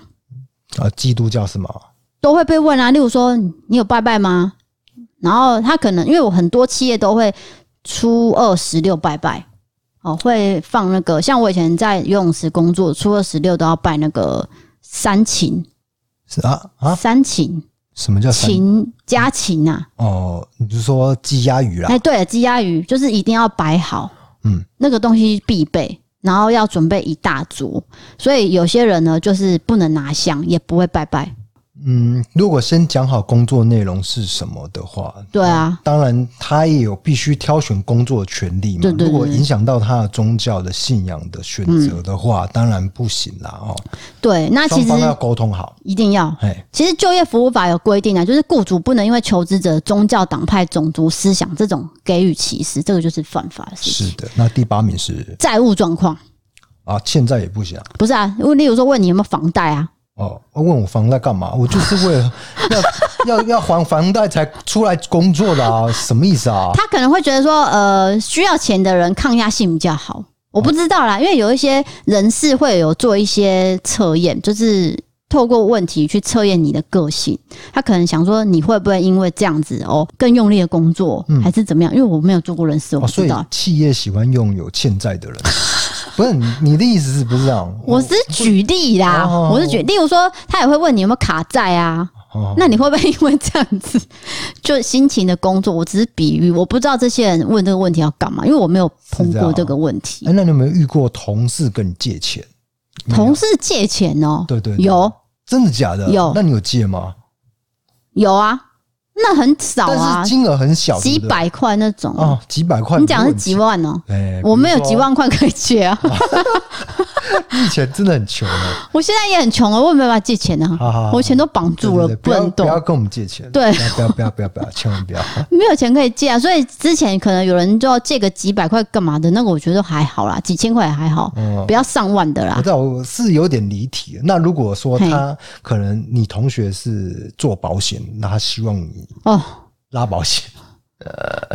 Speaker 2: 啊！基督教是吗？
Speaker 1: 都会被问啊。例如说，你有拜拜吗？然后他可能因为我很多企业都会初二十六拜拜，哦，会放那个像我以前在游泳池工作，初二十六都要拜那个三琴，
Speaker 2: 是啊啊！
Speaker 1: 三琴
Speaker 2: 什么叫三嗯
Speaker 1: 琴家琴啊，
Speaker 2: 哦？你就说鸡鸭鱼啦
Speaker 1: 哎，，对了，鸡鸭鱼就是一定要摆好，
Speaker 2: 啊嗯，
Speaker 1: 那个东西必备，然后要准备一大桌。所以有些人呢，就是不能拿香，也不会拜拜。
Speaker 2: 嗯，如果先讲好工作内容是什么的话，
Speaker 1: 对啊，
Speaker 2: 当然，他也有必须挑选工作的权利嘛。
Speaker 1: 对对对
Speaker 2: 如果影响到他的宗教的信仰的选择的话，当然不行啦哦。
Speaker 1: 对，嗯那其
Speaker 2: 双
Speaker 1: 实
Speaker 2: 方要沟通好，
Speaker 1: 一定要。
Speaker 2: 哎，
Speaker 1: 其实就业服务法有规定啊，就是雇主不能因为求职者宗教、党派、种族思想这种给予歧视，这个就是犯法的事情。
Speaker 2: 是的。那第八名是
Speaker 1: 债务状况
Speaker 2: 啊，欠债也不行啊。
Speaker 1: 不是啊，例如说问你有没有房贷啊，
Speaker 2: 哦，问我房贷干嘛？我就是为 了要要要还房贷才出来工作的啊，什么意思啊？
Speaker 1: 他可能会觉得说，呃，需要钱的人抗压性比较好。我不知道啦，因为有一些人士会有做一些测验，就是透过问题去测验你的个性。他可能想说，你会不会因为这样子哦，更用力的工作，还是怎么样？因为我没有做过人事，我
Speaker 2: 嗯哦，
Speaker 1: 不
Speaker 2: 所
Speaker 1: 知
Speaker 2: 以
Speaker 1: 道。
Speaker 2: 企业喜欢用有欠债 的人，不是你你的意思是不是这样？
Speaker 1: 我是举例啦，
Speaker 2: 哦
Speaker 1: 我是举，例如说，他也会问你有没有卡债啊？
Speaker 2: 哦
Speaker 1: 那你会不会因为这样子 就辛勤的工作？我只是比喻，我不知道这些人问这个问题要干嘛，因为我没有碰
Speaker 2: 是这样
Speaker 1: 过
Speaker 2: 哦
Speaker 1: 这个问题
Speaker 2: 哎、。那你有没有遇过同事跟你借钱？
Speaker 1: 同事借钱哦、
Speaker 2: 对对对
Speaker 1: 有
Speaker 2: 真的假的？
Speaker 1: 有
Speaker 2: 那你有借吗？
Speaker 1: 有啊，那很少啊
Speaker 2: 但是，金额很小，
Speaker 1: 几
Speaker 2: 对不对
Speaker 1: 百块那种。
Speaker 2: 哦，几百块。
Speaker 1: 你讲的是几？万哦、
Speaker 2: 哎，
Speaker 1: 我没有几
Speaker 2: 比
Speaker 1: 万块可以借啊，
Speaker 2: 如说，你以前真的很穷啊。
Speaker 1: 我现在也很穷啊，我也没办法借钱啊，
Speaker 2: 好好好
Speaker 1: 我钱都绑住了，
Speaker 2: 对对对
Speaker 1: 不
Speaker 2: 不要
Speaker 1: 能
Speaker 2: 不
Speaker 1: 动，
Speaker 2: 要跟我们借钱。哎
Speaker 1: 对
Speaker 2: 不要不要不要不要不要，千万 不要。
Speaker 1: 没有钱可以借啊，所以之前可能有人就要借个几百块干嘛的，那个我觉得还好啦，几千块也还好，
Speaker 2: 嗯
Speaker 1: 不要上万的
Speaker 2: 我
Speaker 1: 啦
Speaker 2: 知。道我是有点离题。那如果说他可能你同学是做保险，那他希望你
Speaker 1: 哦，
Speaker 2: 拉保险，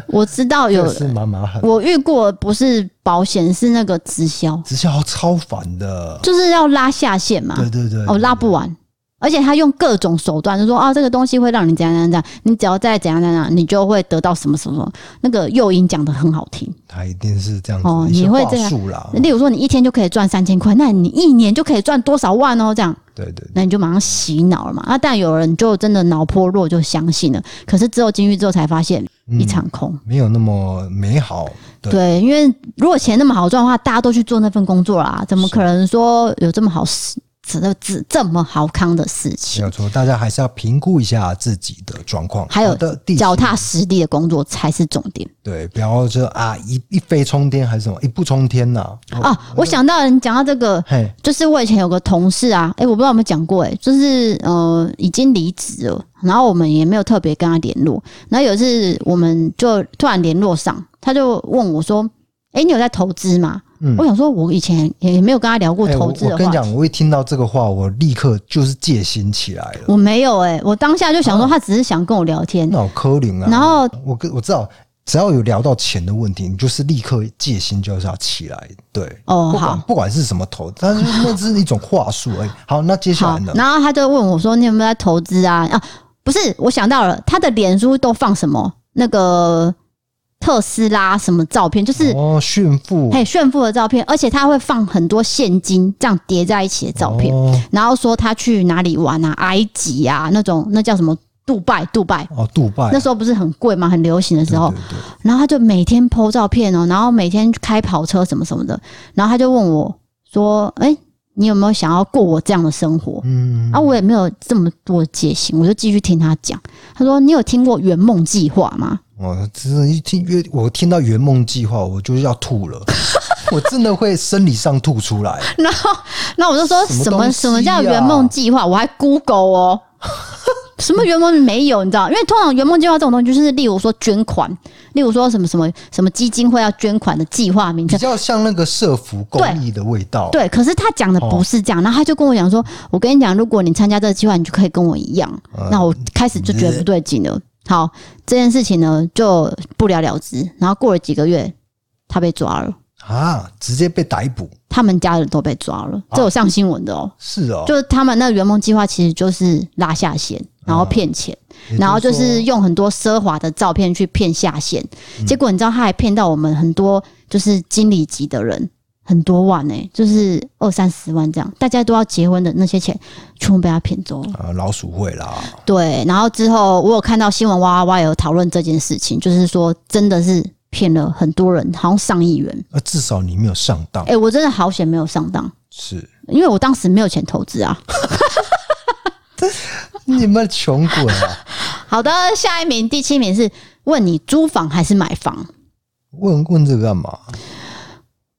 Speaker 1: 我知道
Speaker 2: 这
Speaker 1: 有
Speaker 2: 是蛮麻烦。
Speaker 1: 我遇过，不是保险是那个直销，
Speaker 2: 直销超烦的。
Speaker 1: 就是要拉下线嘛。
Speaker 2: 对对对，
Speaker 1: 哦，拉不完。而且他用各种手段，就说啊，这个东西会让你怎样怎样怎样，你只要再怎样怎样，你就会得到什么什么什么。那个诱因讲的很好听，
Speaker 2: 他一定是这样子
Speaker 1: 哦
Speaker 2: 一些
Speaker 1: 你会
Speaker 2: 话
Speaker 1: 这样
Speaker 2: 术啦。
Speaker 1: 例如说你一天就可以赚三千块，那你一年就可以赚多少万哦？这样，
Speaker 2: 对对对
Speaker 1: 那你就马上洗脑了嘛。啊，但有人就真的脑波弱，就相信了。可是之后进去之后才发现一场空。
Speaker 2: 没有那么美好。嗯对，
Speaker 1: 对，因为如果钱那么好赚的话，大家都去做那份工作啦，怎么可能说有这么好事、这这这么好康的事情
Speaker 2: 没？有错，大家还是要评估一下自己的状况，
Speaker 1: 还有
Speaker 2: 好的地
Speaker 1: 脚踏实地的工作才是重点
Speaker 2: 对，不要就啊一一飞冲天还是什么一步冲天呐、
Speaker 1: 啊！我想到你讲到这个，
Speaker 2: 嘿，
Speaker 1: 就是我以前有个同事啊，诶、我不知道有没有讲过、诶，就是呃已经离职了，然后我们也没有特别跟他联络，然后有一次我们就突然联络上，他就问我说：“诶、你有在投资吗？”我想说，我以前也没有跟他聊过
Speaker 2: 哎
Speaker 1: 投
Speaker 2: 嗯我
Speaker 1: 资
Speaker 2: 我
Speaker 1: 的
Speaker 2: 跟
Speaker 1: 话
Speaker 2: 你
Speaker 1: 题。
Speaker 2: 讲，我一听到这个话，我立刻就是戒心起来了。
Speaker 1: 我没有哎、我当下就
Speaker 2: 哦
Speaker 1: 想说，他只是想跟我聊天，
Speaker 2: 那我柯林啊，
Speaker 1: 然后
Speaker 2: 我跟我知道，只要有聊到钱的问题，你就是立刻戒心就是要起来。对，
Speaker 1: 哦
Speaker 2: 不管
Speaker 1: 好
Speaker 2: 不管是什么投资，但是那只是一种话术而已。好，那接下
Speaker 1: 好
Speaker 2: 来呢，？
Speaker 1: 然后他就问我说：“你有没有在投资啊？”啊，不是，我想到了，他的脸书都放什么那个特斯拉什么照片，就是
Speaker 2: 哦，炫富
Speaker 1: 嘿炫富的照片，而且他会放很多现金这样叠在一起的照片，
Speaker 2: 哦
Speaker 1: 然后说他去哪里玩啊，埃及啊那种，那叫什么杜拜，杜拜。
Speaker 2: 哦，杜拜
Speaker 1: 那时候不是很贵吗？很流行的时候，
Speaker 2: 对对对
Speaker 1: 然后他就每天 PO 照片哦，然后每天开跑车什么什么的，然后他就问我说：“哎、你有没有想要过我这样的生活？”
Speaker 2: 嗯
Speaker 1: 啊，我也没有这么多戒心，我就继续听他讲。他说：“你有听过圆梦计划吗
Speaker 2: 我真哦的一听越我听到圆梦计划，我就是要 吐了，我真的会生理上吐出来。？”
Speaker 1: 然后，然后我就说
Speaker 2: 什么
Speaker 1: 什么、
Speaker 2: 东西啊
Speaker 1: 什么叫圆梦计划？我还 Google 哦， 什么圆梦没有？你知道？因为通常圆梦计划这种东西，就是例如说捐款，例如说什么什么什么基金会要捐款的计划名
Speaker 2: 比
Speaker 1: 称。
Speaker 2: 较像那个社服公益的味道。，
Speaker 1: 对，可是他讲的
Speaker 2: 哦
Speaker 1: 不是这样，然后他就跟我讲说：“我跟你讲，如果你参加这个计划，你就可以跟我一样。
Speaker 2: 啊
Speaker 1: 那我开始就觉得不对劲了。好，这件事情呢就不了了之。然后过了几个月，他被抓了，
Speaker 2: 啊，直接被逮捕
Speaker 1: 他们家人都被抓了，
Speaker 2: 啊
Speaker 1: 这有上新闻的哦。
Speaker 2: 是哦，
Speaker 1: 就是他们那个圆梦计划其实就是拉下线，然后骗钱，
Speaker 2: 也
Speaker 1: 然后就
Speaker 2: 说
Speaker 1: 是用很多奢华的照片去骗下线。结果你知道，他还骗到我们很多就是经理级的人。很多万呢、就是二三十万这样，大家都要结婚的那些钱，全部被他骗走了。
Speaker 2: 啊老鼠会啦，
Speaker 1: 对，然后之后我有看到新闻哇哇哇有讨论这件事情，就是说真的是骗了很多人，好像上亿元。
Speaker 2: 啊至少你没有上当
Speaker 1: 哎、，我真的好险没有上当，
Speaker 2: 是
Speaker 1: 因为我当时没有钱投资啊。
Speaker 2: 你们穷鬼啊！
Speaker 1: 好的，下一名第七名是问你租房还是买房？
Speaker 2: 问问这个干嘛？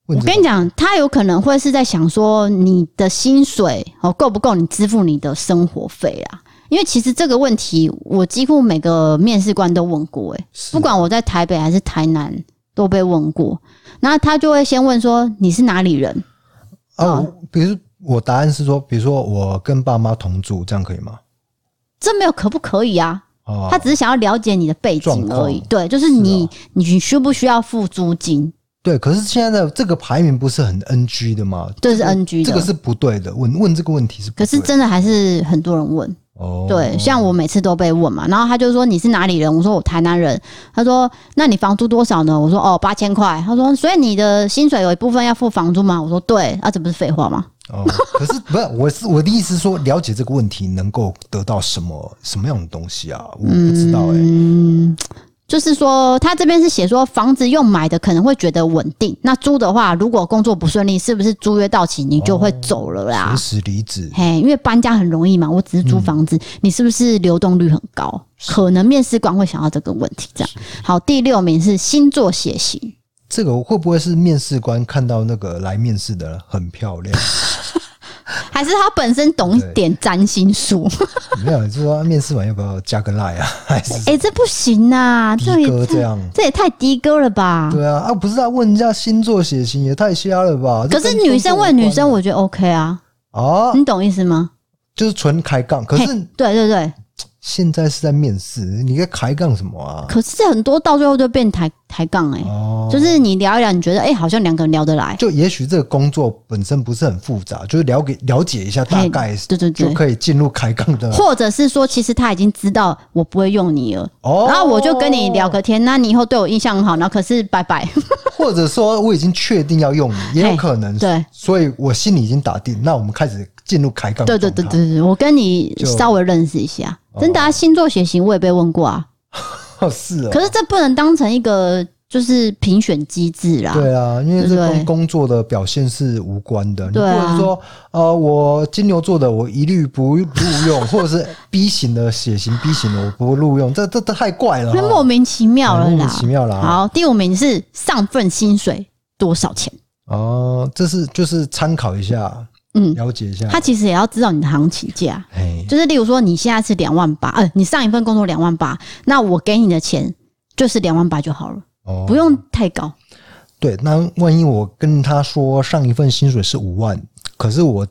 Speaker 2: 问
Speaker 1: 我
Speaker 2: 这个
Speaker 1: 跟你讲，他有可能会是在想说你的薪水哦够不够你支付你的生活费啊？因为其实这个问题我几乎每个面试官都问过、欸，
Speaker 2: 是
Speaker 1: 不管我在台北还是台南都被问过。那他就会先问说你是哪里人？
Speaker 2: 啊，我比如我答案是说，比如说我跟爸妈同住，这样可以吗？
Speaker 1: 这没有可不可以啊？
Speaker 2: 哦，
Speaker 1: 他只是想要了解你的背景
Speaker 2: 状况
Speaker 1: 而已。对，就是你、
Speaker 2: 是哦
Speaker 1: 你需不需要付租金？
Speaker 2: 对，可是现在的这个排名不是很 NG 的吗？
Speaker 1: 这是
Speaker 2: 个
Speaker 1: NG 的
Speaker 2: 这个是不对的。问问这个问题是不
Speaker 1: 可
Speaker 2: 对的，
Speaker 1: 是真的还是很多人问。
Speaker 2: 哦，
Speaker 1: 对，像我每次都被问嘛，然后他就说你是哪里人？我说我台南人。他说那你房租多少呢？我说哦八千块。他说所以你的薪水有一部分要付房租吗？我说对，啊这不是废话吗？
Speaker 2: 哦，可是 不是我是我的意思是说，了解这个问题能够得到什么什么样的东西啊？我不知道哎、
Speaker 1: 嗯，就是说他这边是写说房子用买的可能会觉得稳定，那租的话如果工作不顺利，是不是租约到期你就会走了啦
Speaker 2: 临？时离职
Speaker 1: 嘿，因为搬家很容易嘛，我只是租房子，你是不是流动率很高？可能面试官会想到这个问题。这样好，第六名是星座血型。
Speaker 2: 这个会不会是面试官看到那个来面试的人很漂亮？
Speaker 1: 还是他本身懂一点占星术？
Speaker 2: 没有，就是说面试完要不要加个 line 啊， 还是
Speaker 1: 哎、这不行呐、这
Speaker 2: 的哥
Speaker 1: 也
Speaker 2: 这样？
Speaker 1: 这也太低歌了吧？
Speaker 2: 对啊，啊不是啊，问人家星座血型也太瞎了吧？
Speaker 1: 可
Speaker 2: 这
Speaker 1: 是
Speaker 2: 跟
Speaker 1: 女生
Speaker 2: 工作
Speaker 1: 问
Speaker 2: 无
Speaker 1: 女
Speaker 2: 关
Speaker 1: 生，我觉得 OK 啊，
Speaker 2: 啊，
Speaker 1: 你懂意思吗？
Speaker 2: 就是纯开杠。可是
Speaker 1: 对对对，
Speaker 2: 哦现在是在面试，你在开杠什么啊？
Speaker 1: 可是很多到最后就变抬抬杠哎、
Speaker 2: 哦，
Speaker 1: 就是你聊一聊，你觉得哎、好像两个人聊得来，
Speaker 2: 就也许这个工作本身不是很复杂，就是了解了解一下大
Speaker 1: 嘿
Speaker 2: 概
Speaker 1: 对对
Speaker 2: 就
Speaker 1: 对，
Speaker 2: 可以进入开杠的
Speaker 1: 或者是说，其实他已经知道我不会用你了，
Speaker 2: 哦。
Speaker 1: 然后我就跟你聊，个天，那你以后对我印象很好，然后可是拜 拜，
Speaker 2: 或者说我已经确定要用你，也有
Speaker 1: 嘿
Speaker 2: 可能
Speaker 1: 对
Speaker 2: 所以我心里已经打定，那我们开始进入开杠。
Speaker 1: 对对对对，对，我跟你
Speaker 2: 就
Speaker 1: 稍微认识一下，真的啊，星座血型我也被问过啊，
Speaker 2: 哦是哦。
Speaker 1: 可是这不能当成一个就是评选机制啦。
Speaker 2: 对啊，因为这
Speaker 1: 对不
Speaker 2: 跟
Speaker 1: 对
Speaker 2: 工作的表现是无关的。你不
Speaker 1: 对啊
Speaker 2: 能说，呃，我金牛座的我一律不录用，或者是 B 型的血型 B 型的我不录用，这这这太怪了
Speaker 1: 那莫
Speaker 2: 哈。
Speaker 1: 名其妙了
Speaker 2: 哎莫
Speaker 1: 啦。
Speaker 2: 名其妙啦
Speaker 1: 好，第五名是上份薪水多少钱？
Speaker 2: 哦，这是就是参考一下，
Speaker 1: 嗯，
Speaker 2: 了解一下。
Speaker 1: 他其实也要知道你的行情价，
Speaker 2: 哎，
Speaker 1: 就是例如说你现在是两万八，呃，你上一份工作两万八，那我给你的钱就是两万八就好了，
Speaker 2: 哦
Speaker 1: 不用太高。
Speaker 2: 对，那万一我跟他说上一份薪水是五万，可是我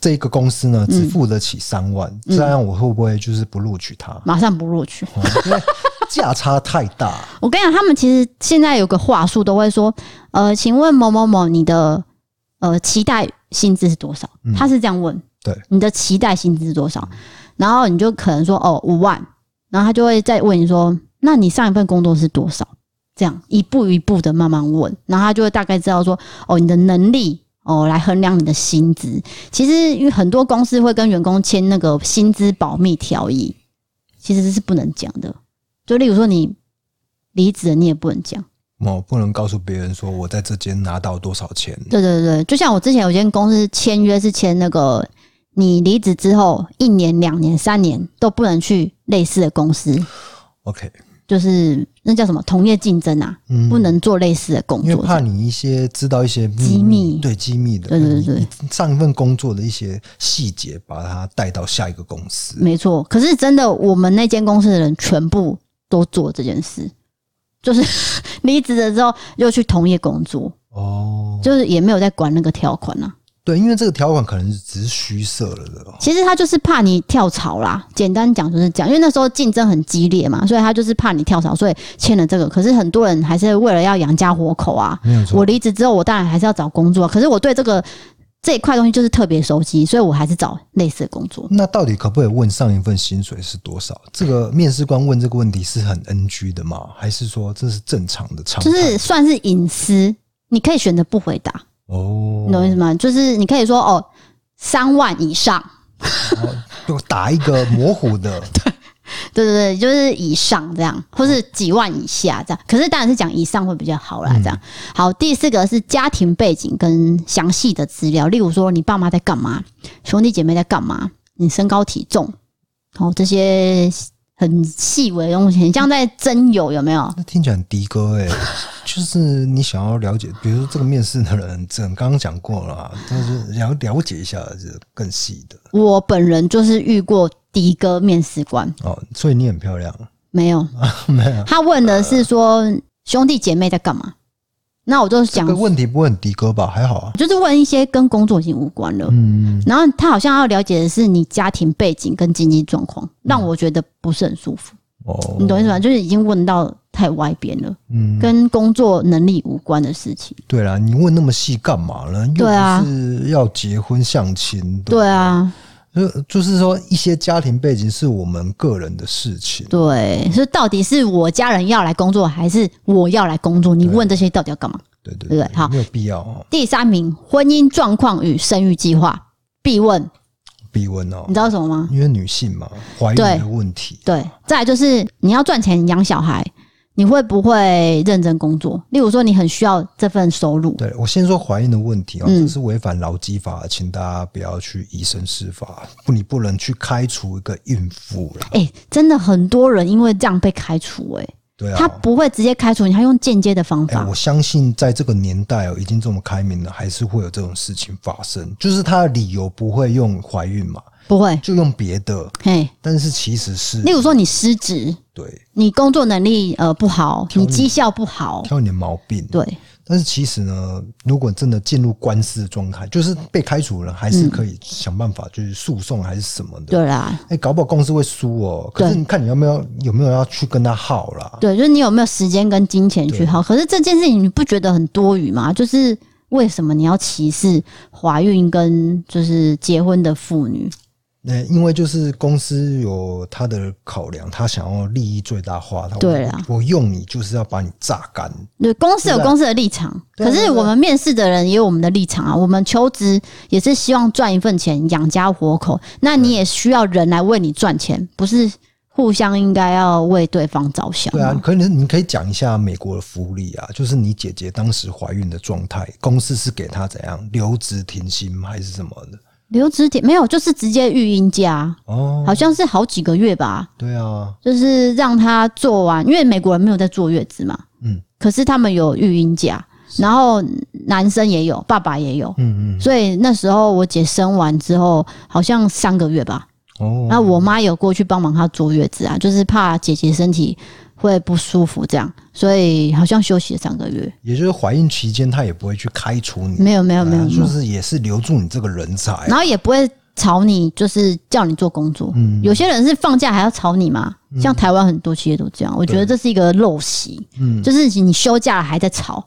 Speaker 2: 这个公司呢
Speaker 1: 嗯
Speaker 2: 只付得起三万，这样我会不会就是不录取他？
Speaker 1: 马上不录取。
Speaker 2: 哦因为价差太大，
Speaker 1: 我跟你讲，他们其实现在有个话术都会说，呃，请问某某某，你的呃期待薪资是多少？他是这样问，
Speaker 2: 对，
Speaker 1: 你的期待薪资是多少？然后你就可能说哦五万，然后他就会再问你说，哦那你上一份工作是多少？这样一步一步的慢慢问，然后他就会大概知道说，哦，你的能力哦来衡量你的薪资。其实因为很多公司会跟员工签那个薪资保密条例，其实是不能讲的。就例如说你离职了，你也不能
Speaker 2: 嗯
Speaker 1: 讲。
Speaker 2: 我哦不能告诉别人说我在这间拿到多少钱。
Speaker 1: 对对对，就像我之前有间公司签约是签那个，你离职之后一年、两年、三年都不能去类似的公司，
Speaker 2: OK，
Speaker 1: 就是那叫什么同业竞争啊，
Speaker 2: 嗯，
Speaker 1: 不能做类似的工
Speaker 2: 因为
Speaker 1: 作。
Speaker 2: 怕你一些知道一些秘
Speaker 1: 机密
Speaker 2: 对机密的，
Speaker 1: 对对对
Speaker 2: 你你上一份工作的一些细节，把它带到下一个公司。
Speaker 1: 没错，可是真的，我们那间公司的人全部都做这件事，就是 离职了之后又去同业工作，
Speaker 2: 哦，
Speaker 1: 就是也没有在管那个条款啊。
Speaker 2: 对，因为这个条款可能只是虚设了的哦。
Speaker 1: 其实他就是怕你跳槽啦，简单讲就是这样，因为那时候竞争很激烈嘛，所以他就是怕你跳槽，所以签了这个。可是很多人还是为了要养家活口啊。
Speaker 2: 没有错，
Speaker 1: 我离职之后，我当然还是要找工作啊，可是我对这个这一块东西就是特别熟悉，所以我还是找类似的工作。
Speaker 2: 那到底可不可以问上一份薪水是多少？这个面试官问这个问题是很 NG 的吗？还是说这是正常的常态？
Speaker 1: 就是算是隐私，你可以选择不回答，
Speaker 2: 哦，
Speaker 1: 你懂我意思吗？就是你可以说哦，三万以上，
Speaker 2: 哦就打一个模糊的，
Speaker 1: 对对对，就是以上这样，或是几万以下
Speaker 2: 嗯
Speaker 1: 这样。可是当然是讲以上会比较好啦，这样。好，第四个是家庭背景跟详细的资料，例如说你爸妈在干嘛，兄弟姐妹在干嘛，你身高体重，哦这些很细微的东西，很像在征友有没有？
Speaker 2: 那听起来很的哥哎、 就是你想要了解，比如说这个面试的人，这刚刚讲过了啊，但是了了解一下这更细的
Speaker 1: 我本人就是遇过的哥面试官，
Speaker 2: 哦。所以你很漂亮，
Speaker 1: 没有，
Speaker 2: 没有
Speaker 1: 他问的是说兄弟姐妹在干嘛，那我就
Speaker 2: 这
Speaker 1: 讲
Speaker 2: 个问题不会很的哥吧？还好啊，
Speaker 1: 就是问一些跟工作已经无关了。
Speaker 2: 嗯，
Speaker 1: 然后他好像要了解的是你家庭背景跟经济状况，让我觉得不是很舒服。
Speaker 2: 嗯哦，
Speaker 1: 你懂我意思吗？就是已经问到太外边了，
Speaker 2: 嗯，
Speaker 1: 跟工作能力无关的事情。
Speaker 2: 对啦，你问那么细干嘛呢？又
Speaker 1: 对啊
Speaker 2: 不是要结婚相亲，
Speaker 1: 对，啊，
Speaker 2: 就就是说一些家庭背景是我们个人的事情，
Speaker 1: 对，所以到底是我家人要来工作，还是我要来工作？你问这些到底要干嘛？
Speaker 2: 对对
Speaker 1: 对好
Speaker 2: 没有必要哦，
Speaker 1: 第三名，婚姻状况与生育计划必问，
Speaker 2: 逼问哦
Speaker 1: 你，知道什么吗？
Speaker 2: 因为女性嘛，怀孕
Speaker 1: 对
Speaker 2: 的问题，
Speaker 1: 对，再来就是你要赚钱养小孩，你会不会认真工作？例如说，你很需要这份收入，
Speaker 2: 对我先说怀孕的问题啊、哦，
Speaker 1: 嗯
Speaker 2: 这是违反劳基法，请大家不要去以身试法，不，你不能去开除一个孕妇啦。
Speaker 1: 哎、真的很多人因为这样被开除、欸，
Speaker 2: 对
Speaker 1: 他
Speaker 2: 啊，
Speaker 1: 不会直接开除你，他用间接的方
Speaker 2: 哎、
Speaker 1: 法。
Speaker 2: 我相信在这个年代哦，已经这么开明了，还是会有这种事情发生。就是他的理由不会用怀孕嘛，
Speaker 1: 不会，
Speaker 2: 就用别的，
Speaker 1: 嘿，
Speaker 2: 但是其实是
Speaker 1: 例如说你失职，
Speaker 2: 对
Speaker 1: 你工作能力呃不好，你绩效不好，
Speaker 2: 挑你的毛病。
Speaker 1: 对
Speaker 2: 但是其实呢，如果真的进入官司的状态，就是被开除了，还是可以想办法就是诉讼还是什么的。
Speaker 1: 嗯对啦，
Speaker 2: 哎、搞不好公司会输哦。可是
Speaker 1: 对
Speaker 2: 你看你有没有有没有要去跟他耗啦？
Speaker 1: 对，就是你有没有时间跟金钱去耗？可是这件事情你不觉得很多余吗？就是为什么你要歧视怀孕跟就是结婚的妇女？
Speaker 2: 那、哎因为就是公司有他的考量，他想要利益最大化。他
Speaker 1: 对啊啦
Speaker 2: 我，我用你就是要把你榨干。
Speaker 1: 对，公司有
Speaker 2: 是啊
Speaker 1: 公司的立场，
Speaker 2: 对啊
Speaker 1: 可是
Speaker 2: 对啊
Speaker 1: 我们面试的人也有我们的立场啊。我们求职也是希望赚一份钱养家活口，那你也需要人来为你赚钱，不是互相应该要为对方着想
Speaker 2: 对啊，
Speaker 1: 吗？
Speaker 2: 可能你可以讲一下美国的福利啊，就是你姐姐当时怀孕的状态，公司是给她怎样留职停薪吗还是什么的？
Speaker 1: 留职点没有，就是直接育婴假，
Speaker 2: 哦，
Speaker 1: 好像是好几个月吧，
Speaker 2: 对啊，
Speaker 1: 就是让他做完，因为美国人没有在坐月子嘛，
Speaker 2: 嗯
Speaker 1: 可是他们有育婴假，然后男生也有，爸爸也有，
Speaker 2: 嗯嗯，
Speaker 1: 所以那时候我姐生完之后，好像三个月吧，
Speaker 2: 哦，
Speaker 1: 那我妈有过去帮忙她坐月子啊，就是怕姐姐身体会不舒服这样，所以好像休息了三个月。
Speaker 2: 也就是怀孕期间他也不会去开除你，
Speaker 1: 没有没有没有，
Speaker 2: 啊
Speaker 1: 没有
Speaker 2: 就是也是留住你这个人才。
Speaker 1: 然后也不会吵你，就是叫你做工作。
Speaker 2: 嗯
Speaker 1: 有些人是放假还要吵你嘛，像台湾很多企业都这样，我觉得这是一个陋习，
Speaker 2: 嗯，
Speaker 1: 就是你休假了还在吵，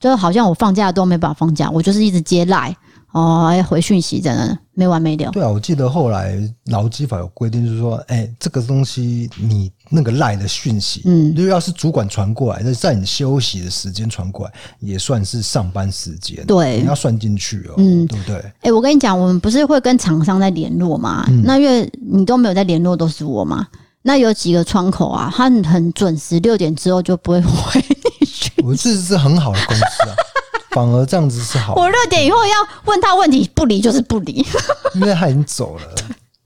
Speaker 1: 就好像我放假都没办法放假，我就是一直接赖哦，还回讯息在那没完没了。
Speaker 2: 对啊，我记得后来劳基法有规定，就是说，哎、这个东西你那个赖的讯息，
Speaker 1: 嗯
Speaker 2: 就要是主管传过来，那在你休息的时间传过来，也算是上班时间，
Speaker 1: 对
Speaker 2: 你要算进去哦，
Speaker 1: 嗯
Speaker 2: 对不对？
Speaker 1: 哎、我跟你讲，我们不是会跟厂商在联络嘛？
Speaker 2: 嗯
Speaker 1: 那因为你都没有在联络，都是我嘛。那有几个窗口啊，他很很准时，六点之后就不会回 你讯
Speaker 2: 我这是很好的公司 啊，反而这样子是好的，
Speaker 1: 我六点以后要问他问题，不理就是不理。
Speaker 2: 因为他已经走了，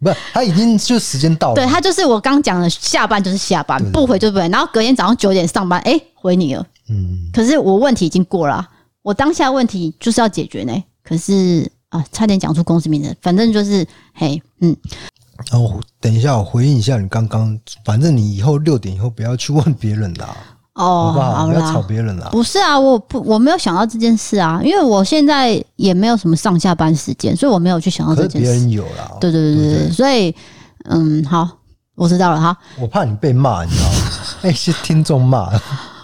Speaker 2: 不是他已经就时间到 了，
Speaker 1: 对他就是我刚讲的，下班就是下班
Speaker 2: 对，对
Speaker 1: 不回就不回。然后隔天早上九点上班，哎、回你了。
Speaker 2: 嗯，
Speaker 1: 可是我问题已经过了啊、我当下问题就是要解决呢。可是啊，差点讲出公司名字，反正就是嘿，嗯，
Speaker 2: 然后等一下我回应一下你刚刚，反正你以后六点以后不要去问别人啦，
Speaker 1: 哦，
Speaker 2: 好不好？不要吵
Speaker 1: 啦。
Speaker 2: 别人啦。
Speaker 1: 不是啊，我不我没有想到这件事啊，因为我现在也没有什么上下班时间，所以我没有去想到
Speaker 2: 可
Speaker 1: 这
Speaker 2: 是
Speaker 1: 件
Speaker 2: 别
Speaker 1: 事。
Speaker 2: 人有啦，
Speaker 1: 对对对对对，所以嗯，好，我知道了哈。
Speaker 2: 我怕你被骂，你知道 吗？那些听众骂，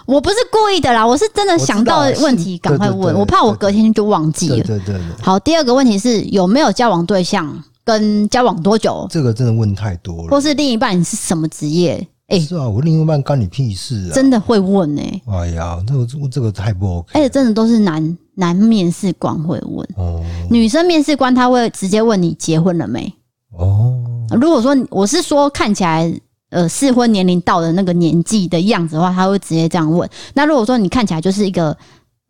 Speaker 1: 我 不是啊故意的啦，我是真的想到问题赶快
Speaker 2: 我知道
Speaker 1: 问，
Speaker 2: 是
Speaker 1: 我怕我隔天就忘记
Speaker 2: 对
Speaker 1: 了。
Speaker 2: 对对对，
Speaker 1: 好，第二个问题是有没有交往对象，跟交往多久，
Speaker 2: 这个真的问太多了
Speaker 1: 或。是另一半是什么职业？哦哎、
Speaker 2: 是啊，我另一半干你屁事啊！
Speaker 1: 真的哎会问哎、欸，
Speaker 2: 哎呀，这个这个太不 OK
Speaker 1: 而且真的都是男男面试官会问，
Speaker 2: 哦
Speaker 1: 女生面试官他会直接问你结婚了没。
Speaker 2: 哦，
Speaker 1: 如果说我是说看起来。呃，适婚年龄到的那个年纪的样子的话，他会直接这样问。那如果说你看起来就是一个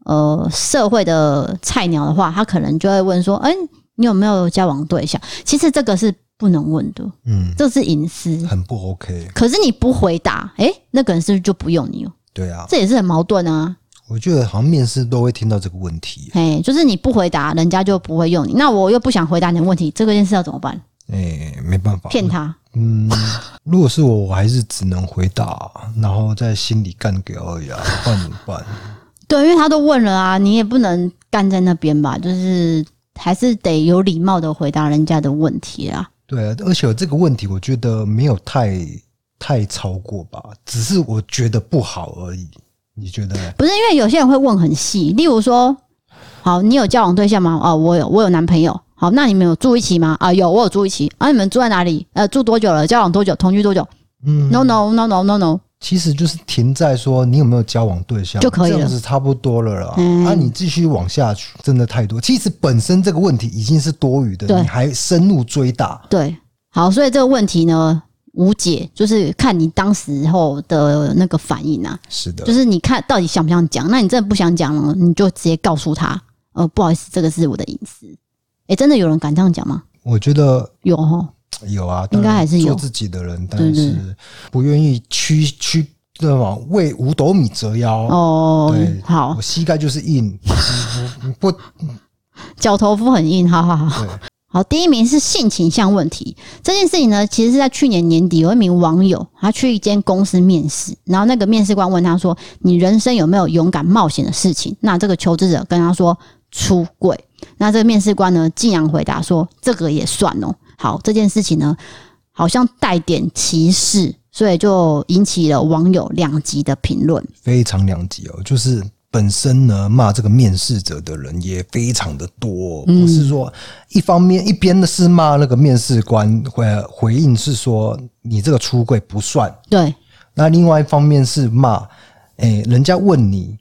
Speaker 1: 呃社会的菜鸟的话，他可能就会问说：“哎、你有没有交往对象？”其实这个是不能问的，
Speaker 2: 嗯，
Speaker 1: 这是隐私。
Speaker 2: 很不 OK。
Speaker 1: 可是你不回答，哎、那个人是不是就不用你了？
Speaker 2: 对啊，
Speaker 1: 这也是很矛盾啊。
Speaker 2: 我觉得好像面试都会听到这个问题。
Speaker 1: 哎、就是你不回答，人家就不会用你。那我又不想回答你的问题，这个件事要怎么办？
Speaker 2: 哎，没办法，
Speaker 1: 骗他？
Speaker 2: 嗯，如果是我，我还是只能回答，然后在心里干给而已啊，不然怎么办？
Speaker 1: 对，因为他都问了啊，你也不能干在那边吧，就是还是得有礼貌的回答人家的问题啊。
Speaker 2: 对啊，而且这个问题我觉得没有太太超过吧，只是我觉得不好而已。你觉得呢？
Speaker 1: 不是因为有些人会问很细，例如说，好，你有交往对象吗？哦，我有，我有男朋友。好，那你们有住一起吗？啊，有，我有住一起。啊，你们住在哪里？呃，住多久了？交往多久？同居多久
Speaker 2: 嗯
Speaker 1: ？No No No No No No。
Speaker 2: 其实就是停在说你有没有交往对象
Speaker 1: 就可以了
Speaker 2: 这样子差不多了啦。
Speaker 1: 嗯
Speaker 2: 啊，你继续往下去，真的太多。其实本身这个问题已经是多余的，
Speaker 1: 对
Speaker 2: 你还深入追打，
Speaker 1: 对，好，所以这个问题呢无解，就是看你当时候的那个反应啊。
Speaker 2: 是的
Speaker 1: 就，是你看到底想不想讲？那你真的不想讲了，你就直接告诉他，呃，不好意思，这个是我的隐私。诶，真的有人敢这样讲吗？
Speaker 2: 我觉得
Speaker 1: 有哦哈，
Speaker 2: 有啊，
Speaker 1: 应该
Speaker 2: 当然
Speaker 1: 还是有
Speaker 2: 做自己的人，
Speaker 1: 对
Speaker 2: 但是不愿意屈屈对吧？为五斗米折腰。
Speaker 1: 哦
Speaker 2: 对，
Speaker 1: 好
Speaker 2: 我，膝盖就是硬，嗯不不
Speaker 1: 脚头夫很硬，好好好。
Speaker 2: 对，
Speaker 1: 好，第一名是性倾向问题这件事情呢，其实是在去年年底，有一名网友他去一间公司面试，然后那个面试官问他说：“你人生有没有勇敢冒险的事情？”那这个求职者跟他说：“出柜。”那这个面试官呢，竟然回答说：“这个也算哦。”好，这件事情呢，好像带点歧视，所以就引起了网友两极的评论。
Speaker 2: 非常两极哦，就是。本身呢，骂这个面试者的人也非常的多哦，不是说一方面一边的是骂那个面试官回回应是说你这个出柜不算，
Speaker 1: 对
Speaker 2: 那另外一方面是骂，诶、人家问你，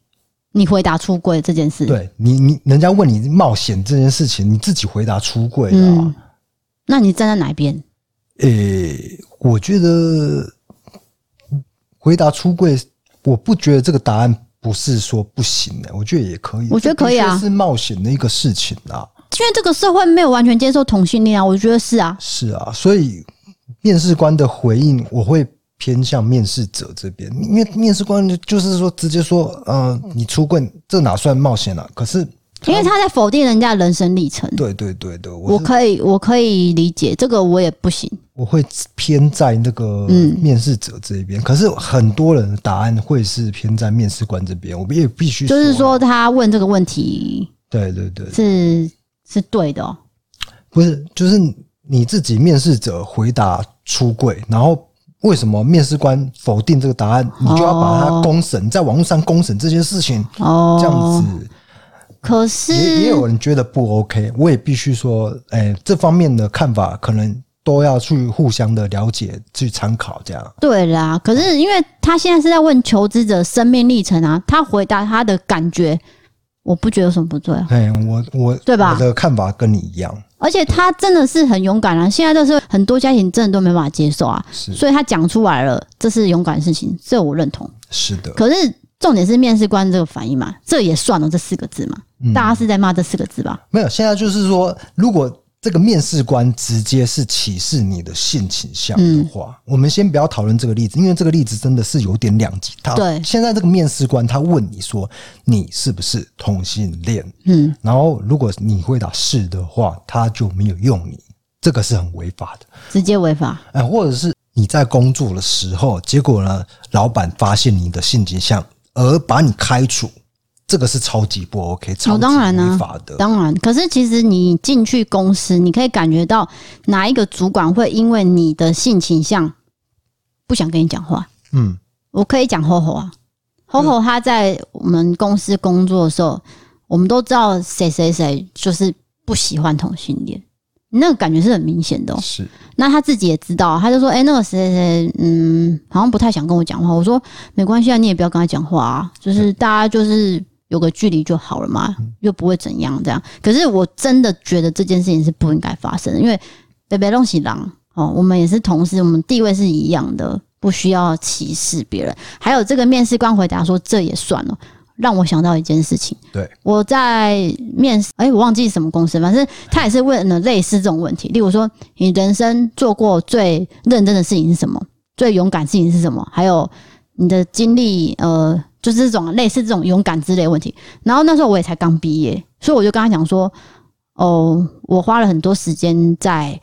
Speaker 1: 你回答出柜这件事，
Speaker 2: 对你你人家问你冒险这件事情，你自己回答出柜的啊，
Speaker 1: 嗯，那你站在哪一边？
Speaker 2: 诶、呃我觉得回答出柜，我不觉得这个答案不是说不行的、我觉得也可以。
Speaker 1: 我觉得可以啊
Speaker 2: 这的确是冒险的一个事情啊，
Speaker 1: 因为这个社会没有完全接受同性恋啊，我觉得是啊，
Speaker 2: 是啊，所以面试官的回应我会偏向面试者这边，因为面试官就是说直接说，嗯、你出柜这哪算冒险啊？可是，
Speaker 1: 因为他在否定人家的人生历程。
Speaker 2: 对对对对，我
Speaker 1: 我
Speaker 2: 是
Speaker 1: 可以，我可以理解这个，我也不行。
Speaker 2: 我会偏在那个
Speaker 1: 嗯
Speaker 2: 面试者这边，可是很多人的答案会是偏在面试官这边，我们也必须
Speaker 1: 就是说，
Speaker 2: 说啊，
Speaker 1: 他问这个问题
Speaker 2: 对对对，
Speaker 1: 是是对的哦。
Speaker 2: 不是，就是你自己面试者回答出柜，然后为什么面试官否定这个答案，你就要把它
Speaker 1: 哦
Speaker 2: 公审，在网络上公审这件事情，
Speaker 1: 哦，嗯
Speaker 2: 这样子
Speaker 1: 可是
Speaker 2: 也也有人觉得不 OK，我也必须说，哎、这方面的看法可能都要去互相的了解，去参考这样。
Speaker 1: 对啦，可是因为他现在是在问求职者生命历程啊，他回答他的感觉，我不觉得有什么不对啊。
Speaker 2: 哎、我我
Speaker 1: 对吧
Speaker 2: 我的看法跟你一样，
Speaker 1: 而且他真的是很勇敢啊！现在这是很多家庭真的都没办法接受啊，
Speaker 2: 是
Speaker 1: 所以他讲出来了，这是勇敢的事情，这我认同。
Speaker 2: 是的，
Speaker 1: 可是重点是面试官这个反应嘛，这也算了这四个字嘛，大家是在骂这四个字吧？
Speaker 2: 没有。现在就是说，如果这个面试官直接是歧视你的性倾向的话，
Speaker 1: 嗯
Speaker 2: 我们先不要讨论这个例子，因为这个例子真的是有点两极。他
Speaker 1: 对
Speaker 2: 现在这个面试官他问你说你是不是同性恋，
Speaker 1: 嗯，
Speaker 2: 然后如果你回答是的话，他就没有用你，这个是很违法的。
Speaker 1: 直接违法。
Speaker 2: 哎，或者是你在工作的时候，结果呢，老板发现你的性倾向而把你开除，这个是超级不 OK，超级
Speaker 1: 当然啊
Speaker 2: 违法的。
Speaker 1: 当然，可是其实你进去公司，你可以感觉到哪一个主管会因为你的性倾向不想跟你讲话。
Speaker 2: 嗯，
Speaker 1: 我可以讲吼吼啊，吼吼他在我们公司工作的时候，我们都知道谁谁谁就是不喜欢同性恋，那个感觉是很明显的、哦。
Speaker 2: 是
Speaker 1: 那他自己也知道，他就说：“哎、那个谁谁谁，嗯，好像不太想跟我讲话。”我说：“没关系啊，你也不要跟他讲话啊，就是大家就是有个距离就好了嘛，又不会怎样这样。”可是我真的觉得这件事情是不应该发生的，因为北北弄喜狼哦，我们也是同事，我们地位是一样的，不需要歧视别人。还有这个面试官回答说：“这也算了。”让我想到一件事情，
Speaker 2: 对
Speaker 1: 我在面试，哎、我忘记什么公司，反正他也是问了类似这种问题，例如说你人生做过最认真的事情是什么，最勇敢的事情是什么，还有你的经历，呃，就是这种类似这种勇敢之类的问题。然后那时候我也才刚毕业，所以我就跟他讲说，哦，我花了很多时间在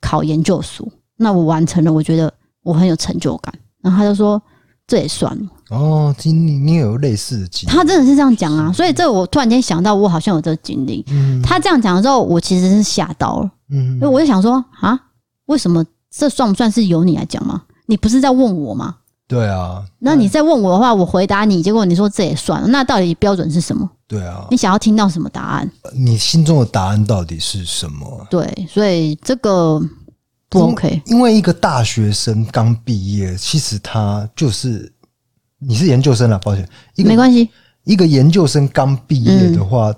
Speaker 1: 考研究所，那我完成了，我觉得我很有成就感。然后他就说，这也算了。
Speaker 2: 哦，经历你也有类似的经历，
Speaker 1: 他真的是这样讲啊，所以这个我突然间想到，我好像有这个经历。
Speaker 2: 嗯
Speaker 1: 他这样讲的时候，我其实是吓到了，
Speaker 2: 嗯
Speaker 1: 因为我就想说啊，为什么这算不算是由你来讲吗？你不是在问我吗？
Speaker 2: 对啊
Speaker 1: 那你再问我的话，我回答你，结果你说这也算了，那到底标准是什么？
Speaker 2: 对啊，
Speaker 1: 你想要听到什么答案？
Speaker 2: 你心中的答案到底是什么？
Speaker 1: 对，所以这个不 OK。
Speaker 2: 因为一个大学生刚毕业，其实他就是你是研究生了，抱歉，一个
Speaker 1: 没关系，嗯
Speaker 2: 一个研究生刚毕业的话，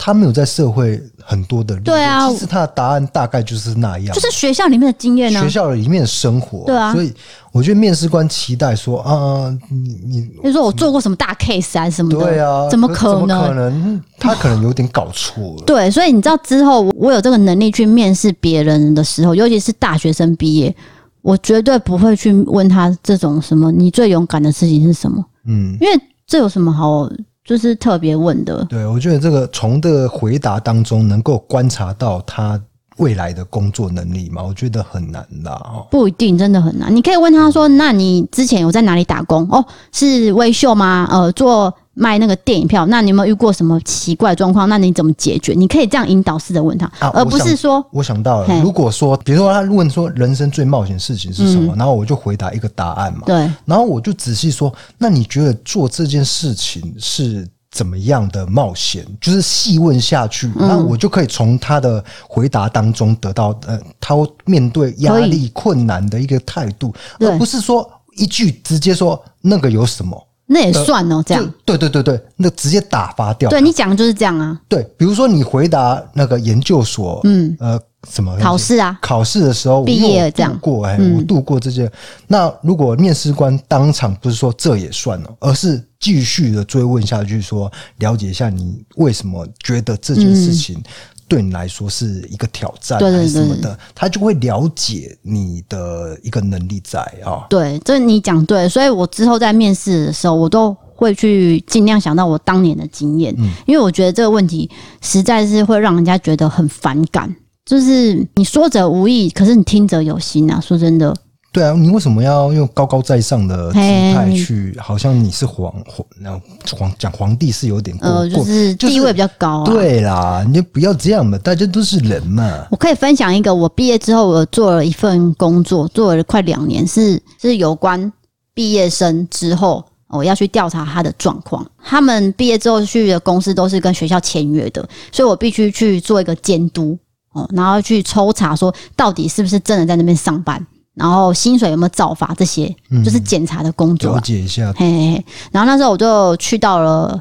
Speaker 2: 他没有在社会很多的历练
Speaker 1: 对啊
Speaker 2: 其实他的答案大概就是那样，
Speaker 1: 就是学校里面的经验呢、啊
Speaker 2: 学校里面的生活，
Speaker 1: 对啊
Speaker 2: 所以我觉得面试官期待说啊，你你
Speaker 1: 就是说我做过什么大 case 啊什么的，
Speaker 2: 对啊，
Speaker 1: 怎么可
Speaker 2: 怎么
Speaker 1: 能？
Speaker 2: 可能？他可能有点搞错了，
Speaker 1: 对，所以你知道之后，我我有这个能力去面试别人的时候，尤其是大学生毕业，我绝对不会去问他这种什么你最勇敢的事情是什么，
Speaker 2: 嗯。
Speaker 1: 因为这有什么好就是特别问的？
Speaker 2: 对，我觉得这个从这个回答当中能够观察到他未来的工作能力嘛，我觉得很难啦。哦，
Speaker 1: 不一定，真的很难。你可以问他说：“那你之前有在哪里打工？哦，是微秀吗？呃，做卖那个电影票。那你有没有遇过什么奇怪的状况？那你怎么解决？”你可以这样引导式的问他，
Speaker 2: 啊
Speaker 1: 而不是说
Speaker 2: 我想到
Speaker 1: 嘿
Speaker 2: 了，如果说，比如说他问说人生最冒险的事情是
Speaker 1: 嗯
Speaker 2: 什么，然后我就回答一个答案嘛，
Speaker 1: 对
Speaker 2: 然后我就仔细说，那你觉得做这件事情是怎么样的冒险？就是细问下去，那、
Speaker 1: 嗯
Speaker 2: 我就可以从他的回答当中得到，呃，他面对压
Speaker 1: 可
Speaker 2: 力、困难的一个态度，
Speaker 1: 对
Speaker 2: 而不是说一句直接说那个有什么。
Speaker 1: 那也算哦，这样
Speaker 2: 呃就对啊对对对，那直接打发掉。
Speaker 1: 对你讲的就是这样啊，
Speaker 2: 对比如说你回答那个研究所，嗯，呃，什么
Speaker 1: 考试啊，
Speaker 2: 考试的时候，
Speaker 1: 毕业
Speaker 2: 因为我
Speaker 1: 这样嗯
Speaker 2: 度过，哎、我度过这些。那如果面试官当场不是说这也算了，而是继续的追问下去说，了解一下你为什么觉得这件事情。对你来说是一个挑战
Speaker 1: 嗯对对
Speaker 2: 还是什么
Speaker 1: 对
Speaker 2: 的，他就会了解你的一个能力在啊、
Speaker 1: 对，这你讲对，所以我之后在面试的时候，我都会去尽量想到我
Speaker 2: 嗯
Speaker 1: 当年的经验，因为我觉得这个问题实在是会让人家觉得很反感。就是你说者无意，可是你听者有心啊。说真的，
Speaker 2: 对啊，你为什么要用高高在上的姿态去，好像你是皇皇那皇讲皇帝是有点过
Speaker 1: 呃，就
Speaker 2: 哦过
Speaker 1: 是
Speaker 2: 就是
Speaker 1: 地位比较高、啊
Speaker 2: 对啦，你就不要这样嘛，大家都是人嘛。
Speaker 1: 我可以分享一个，我毕业之后我做了一份工作，做了快两年，是是有关毕业生之后哦我要去调查他的状况。他们毕业之后去的公司都是跟学校签约的，所以我必须去做一个监督哦，然后去抽查说到底是不是真的在那边上班，然后薪水有没有造法这些，就是检查的工作
Speaker 2: 了
Speaker 1: 啊。
Speaker 2: 解一下，
Speaker 1: 嘿嘿嘿，然后那时候我就去到了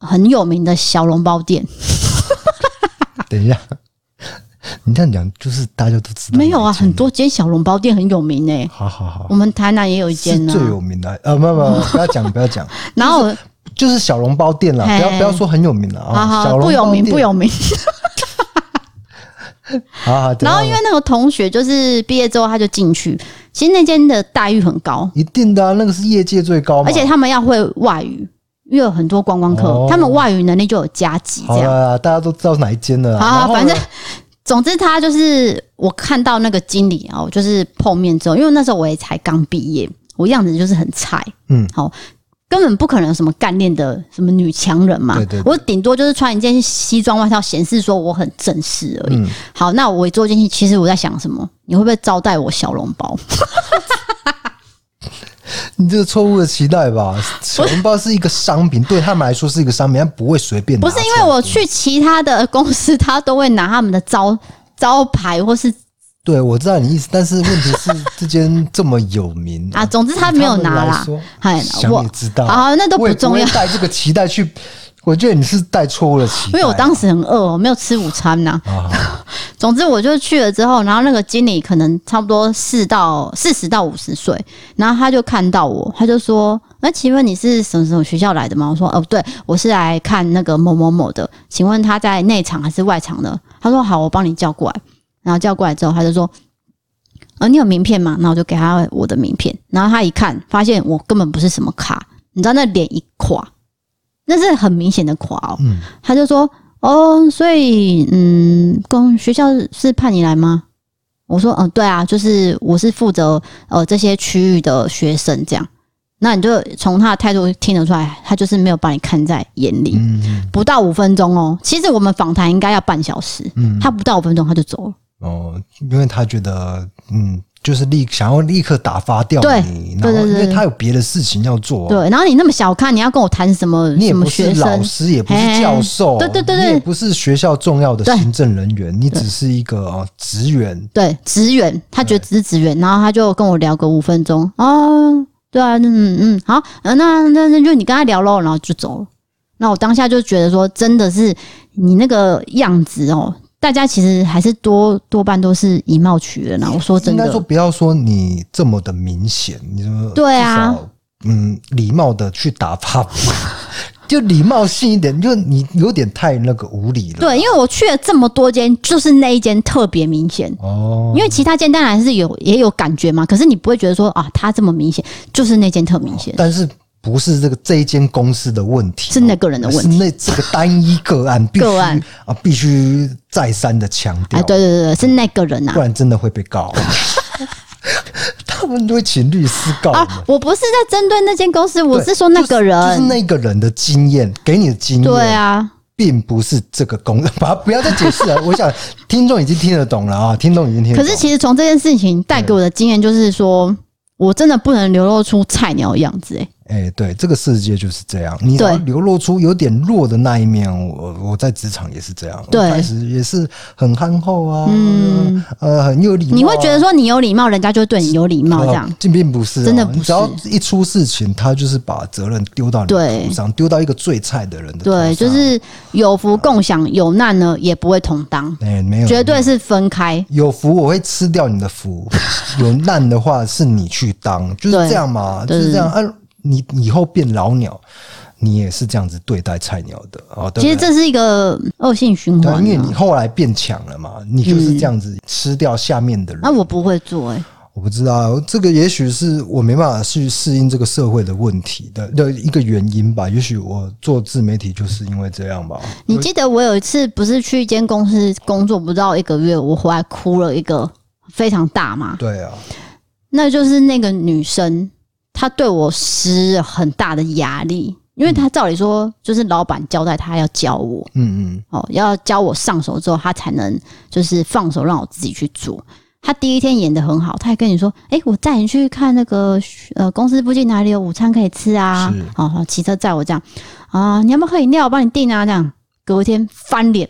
Speaker 1: 很有名的小笼包店。
Speaker 2: 等一下， 你这样讲就是大家都知道
Speaker 1: 没有啊，
Speaker 2: 哪一间
Speaker 1: 很。多间小笼包店很有名诶、
Speaker 2: 好好好
Speaker 1: 我，们台南也有一
Speaker 2: 哦是
Speaker 1: 间呢、
Speaker 2: 最哦有名的啊！不不，不要讲，不 要讲，
Speaker 1: 然后
Speaker 2: 就是小笼包店啦，
Speaker 1: 嘿
Speaker 2: 不要不要说很有名了
Speaker 1: 好
Speaker 2: 啊。
Speaker 1: 好
Speaker 2: 小笼
Speaker 1: 不有名不
Speaker 2: 有，
Speaker 1: 有名。
Speaker 2: 好好。等一
Speaker 1: 然
Speaker 2: 下
Speaker 1: 后因为那个同学就是毕业之后他就进去，其实那间的待遇很高，
Speaker 2: 一定的啊，那个是业界最高嘛，
Speaker 1: 而且他们要会外语，因为有很多观光客，
Speaker 2: 哦
Speaker 1: 他们外语能力就有加级这
Speaker 2: 好
Speaker 1: 样。
Speaker 2: 了啦，大家都知道是哪一间了啦。
Speaker 1: 好
Speaker 2: 啊然后呢
Speaker 1: 反正总之，他就是我看到那个经理啊，我就是碰面之后，因为那时候我也才刚毕业，我样子就是很菜，
Speaker 2: 嗯，
Speaker 1: 好、根本不可能有什么干练的什么女强人嘛，
Speaker 2: 对对对
Speaker 1: 我顶多就是穿一件西装外套，显示说我很正式而已。
Speaker 2: 嗯
Speaker 1: 好，那我一坐进去，其实我在想什么？你会不会招待我小笼包？
Speaker 2: 嗯你这个错误的期 待吧，小笼包是一个商品，对他们来说是一个商品，他们不会随便拿
Speaker 1: 不
Speaker 2: 出
Speaker 1: 是
Speaker 2: 来。
Speaker 1: 因为我
Speaker 2: 啊
Speaker 1: 去其他的公司，他都会拿他们的招招牌或是
Speaker 2: 对我知道你意思，但是问题是这间这么有名
Speaker 1: 啊，，总之他没有拿啦
Speaker 2: 他们。
Speaker 1: 哎
Speaker 2: 来说，
Speaker 1: 我
Speaker 2: 想也知道，
Speaker 1: 好那都不
Speaker 2: 我也
Speaker 1: 重要
Speaker 2: 会带这个期待去， 我觉得你是带错误了期
Speaker 1: 因
Speaker 2: 待。
Speaker 1: 为我当时很饿，哦我没有吃午餐呐、
Speaker 2: 啊，
Speaker 1: 总之我就去了之后，然后那个经理可能差不多四到四十到五十岁，然后他就看到我，他就说：“那请问你是什么什么学校来的吗？”我说：“哦，对，我是来看那个某某某的，请问他在内场还是外场的？”他说：“好，我帮你叫过来。”然后叫过来之后，他就说。呃，你有名片吗？然后我就给他我的名片，然后他一看，发现我根本不是什么卡，你知道那脸一垮，那是很明显的垮哦。
Speaker 2: 嗯
Speaker 1: 他就说：“哦，所以嗯，公学校是派你来吗？”我说：“嗯，对啊，就是我是负责呃这些区域的学生这样。”那你就从他的态度听得出来，他就是没有把你看在眼里。
Speaker 2: 嗯
Speaker 1: 不到五分钟哦，其实我们访谈应该要半小时，
Speaker 2: 嗯，
Speaker 1: 他不到五分钟他就走了。
Speaker 2: 哦，因为他觉得嗯。就是立想要立刻打发掉
Speaker 1: 对
Speaker 2: 你，然
Speaker 1: 对
Speaker 2: 后
Speaker 1: 对
Speaker 2: 因
Speaker 1: 对
Speaker 2: 为他有别的事情要做、啊，
Speaker 1: 对，然后你那么小看，你要跟我谈什么
Speaker 2: 你也
Speaker 1: 什么
Speaker 2: 不是
Speaker 1: 学生
Speaker 2: 老？师，也不是
Speaker 1: 嘿
Speaker 2: 教授，
Speaker 1: 对对对对
Speaker 2: 你也不是学校重要的
Speaker 1: 对
Speaker 2: 行政人员，你只是一个哦职员。
Speaker 1: 对，职员，他觉得只是职员，然后他就跟我聊个五分钟，哦，对啊，嗯嗯，好，呃那那那就你跟他聊喽，然后就走了。那我当下就觉得说，真的是你那个样子哦，大家其实还是多多半都是以貌取人啊。我说真
Speaker 2: 应该说
Speaker 1: 的，
Speaker 2: 不要说你这么的明显，你说
Speaker 1: 对啊，
Speaker 2: 至少嗯，礼貌的去打发， 就礼貌性一点，就你有点太那个无理了。
Speaker 1: 对，因为我去了这么多间，就是那一间特别明显。
Speaker 2: 哦
Speaker 1: 因，为其他间当然是有也有感觉嘛，可是你不会觉得说啊，他这么明显，就是那间特明显。
Speaker 2: 但是。不是这个这一间公司的问题哦，
Speaker 1: 是那个人的问题
Speaker 2: 是那这个单一个案，必须
Speaker 1: 个案
Speaker 2: 啊，必须再三的强调。
Speaker 1: 哎，对对对对，是那个人啊
Speaker 2: 不，然真的会被告。 他们都会请律师告我
Speaker 1: 啊
Speaker 2: 们。，
Speaker 1: 我不是在针对那间公司，我
Speaker 2: 对
Speaker 1: 是说那个人。
Speaker 2: 就是那个人的经验，给你的经验，
Speaker 1: 对，啊，
Speaker 2: 并不是这个公， 把不要再解释了。我想听众已经听得懂了啊，听众已经听得
Speaker 1: 可
Speaker 2: 懂。
Speaker 1: 是其实从这件事情带给我的经验就是说，我真的不能流露出菜鸟的样子、欸。
Speaker 2: 哎、对，这个世界就是这样，你
Speaker 1: 对
Speaker 2: 要流露出有点弱的那一面。我我在职场也是这样，
Speaker 1: 对
Speaker 2: 我开始也是很憨厚啊，
Speaker 1: 嗯
Speaker 2: 呃，很有礼貌啊、
Speaker 1: 你会觉得说你有礼貌，人家就会对你有礼貌这样
Speaker 2: 呃。这并不是啊、
Speaker 1: 真的不是
Speaker 2: 你只要一出事情，他就是把责任丢到你
Speaker 1: 对
Speaker 2: 头上，丢到一个最菜的人的头上。
Speaker 1: 对，就是有福共享，有难呢也不会同当，
Speaker 2: 哎、没有
Speaker 1: 绝对是分开。
Speaker 2: 有福，我会吃掉你 的福；有难的话，是你去当，就是
Speaker 1: 对
Speaker 2: 这样嘛，
Speaker 1: 对
Speaker 2: 就是这样。啊，你以后变老鸟，你也是这样子对待菜鸟的哦，对
Speaker 1: 其
Speaker 2: 不
Speaker 1: 实
Speaker 2: 对？
Speaker 1: 这是一个恶性循
Speaker 2: 对啊，
Speaker 1: 环
Speaker 2: 因为
Speaker 1: 啊、
Speaker 2: 你后来变强了嘛，你就是这样子吃掉下面的
Speaker 1: 嗯
Speaker 2: 人。
Speaker 1: 那、我不会做、欸，
Speaker 2: 我不知道，这个也许是我没办法去适应这个社会的问题的的一个原因吧。也许我做自媒体就是因为这样吧。
Speaker 1: 你记得我有一次不是去一间公司工作不到一个月，我回来哭了一个非常大嘛，
Speaker 2: 对啊，
Speaker 1: 那就是那个女生她对我施了很大的压力，因为她照理说就是老板交代她要教我，
Speaker 2: 嗯嗯，
Speaker 1: 哦，要教我上手之后，他才能就是放手让我自己去做。他第一天演的很好，他还跟你说：“哎、我载你去看那个呃公司附近哪里有午餐可以吃啊
Speaker 2: 是？
Speaker 1: 哦，好骑车载我这样啊、你要不要喝饮料？我帮你订啊。”这样隔天翻脸，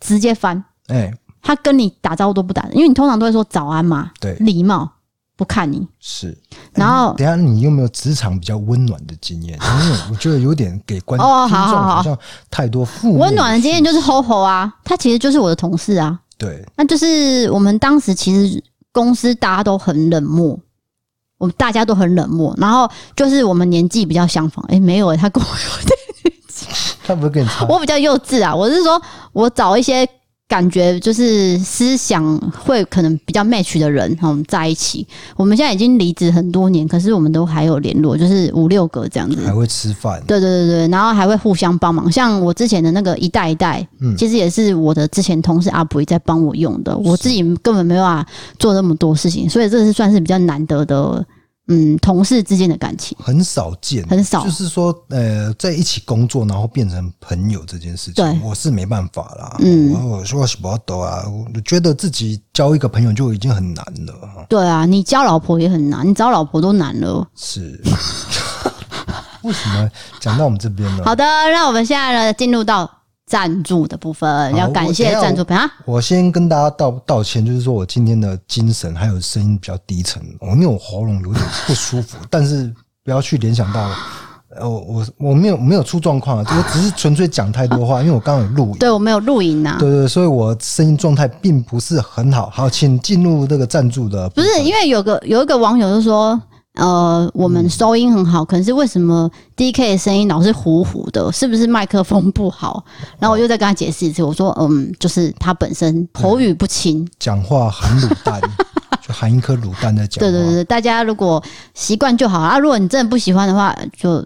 Speaker 1: 直接翻。
Speaker 2: 哎、
Speaker 1: 他跟你打招呼都不打，因为你通常都会说早安嘛，
Speaker 2: 对，
Speaker 1: 礼貌不看你。
Speaker 2: 是。
Speaker 1: 然后
Speaker 2: 等一下你有没有职场比较温暖的经验？ 因为我觉得有点给观听
Speaker 1: 哦
Speaker 2: 众
Speaker 1: 好好好
Speaker 2: 好像太多负面
Speaker 1: 温暖的经验就是是 HoHo 啊，他其实就是我的同事啊。
Speaker 2: 对，
Speaker 1: 那就是我们当时其实公司大家都很冷漠，我们大家都很冷漠，然后就是我们年纪比较相仿，诶，没有诶、他跟我
Speaker 2: 他不会跟你差
Speaker 1: 我比较幼稚啊，我是说我找一些感觉就是思想会可能比较 match 的人，我们在一起。我们现在已经离职很多年，可是我们都还有联络，就是五六个这样子。
Speaker 2: 还会吃饭，
Speaker 1: 对对对对，然后还会互相帮忙。像我之前的那个一代一代，
Speaker 2: 嗯
Speaker 1: 其实也是我的之前同事阿布在帮我用的，我自己根本没办法做那么多事情，所以这是算是比较难得的，嗯，同事之间的感情。
Speaker 2: 很少见，
Speaker 1: 很少
Speaker 2: 就是说，呃，在一起工作，然后变成朋友这件事
Speaker 1: 对
Speaker 2: 情，我是没办法啦。
Speaker 1: 嗯
Speaker 2: 我我说我什么都啊，我觉得自己交一个朋友就已经很难了。
Speaker 1: 对啊，你交老婆也很难，你找老婆都难了。
Speaker 2: 是，为什么讲到我们这边呢？
Speaker 1: 好的，让我们现在呢进入到赞助的部分，
Speaker 2: 好
Speaker 1: 要感谢赞助朋友啊。
Speaker 2: 我先跟大家道道歉，就是说我今天的精神还有声音比较低沉，我因为我喉咙有点不舒服，但是不要去联想到，呃，我我我没有没有出状况啊，我只是纯粹讲太多话，因为我刚刚有录影。
Speaker 1: 对我们有录影啊，
Speaker 2: 对对，所以我声音状态并不是很好。好，请进入这个赞助 的部
Speaker 1: 不
Speaker 2: 分。
Speaker 1: 是因为有个有一个网友就说，呃，我
Speaker 2: 嗯
Speaker 1: 们收音很好，可是为什么 D K 的声音老是糊糊的？是不是麦克风不
Speaker 2: 哦
Speaker 1: 好？然后我又再跟他解释一次，我说，嗯，就是他本身口语不清。
Speaker 2: 讲话含卤蛋，就含一颗卤蛋在讲话。
Speaker 1: 对对对对，大家如果习惯就好啊。如果你真的不喜欢的话，就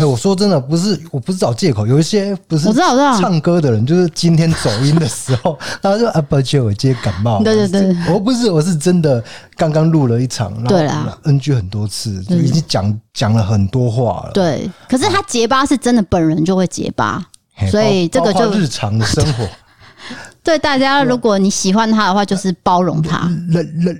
Speaker 2: 哎、我说真的，不是，我不是找借口，有一些不是
Speaker 1: 我知道我知道
Speaker 2: 唱歌的人，就是今天走音的时候， 然后就啊，抱歉，我今天感冒。
Speaker 1: 对对对
Speaker 2: 我不是，我是真的刚刚录了一场，然后
Speaker 1: 对啦
Speaker 2: ，NG 很多次，就已经讲讲了很多话了。
Speaker 1: 对。可是他结巴是真的，本人就会结巴。
Speaker 2: 哦嘿，
Speaker 1: 所以
Speaker 2: 包
Speaker 1: 这个
Speaker 2: 包括
Speaker 1: 就
Speaker 2: 日啊常的生 活，
Speaker 1: 对大家，如果你喜欢他的话，就是包容他。
Speaker 2: 老老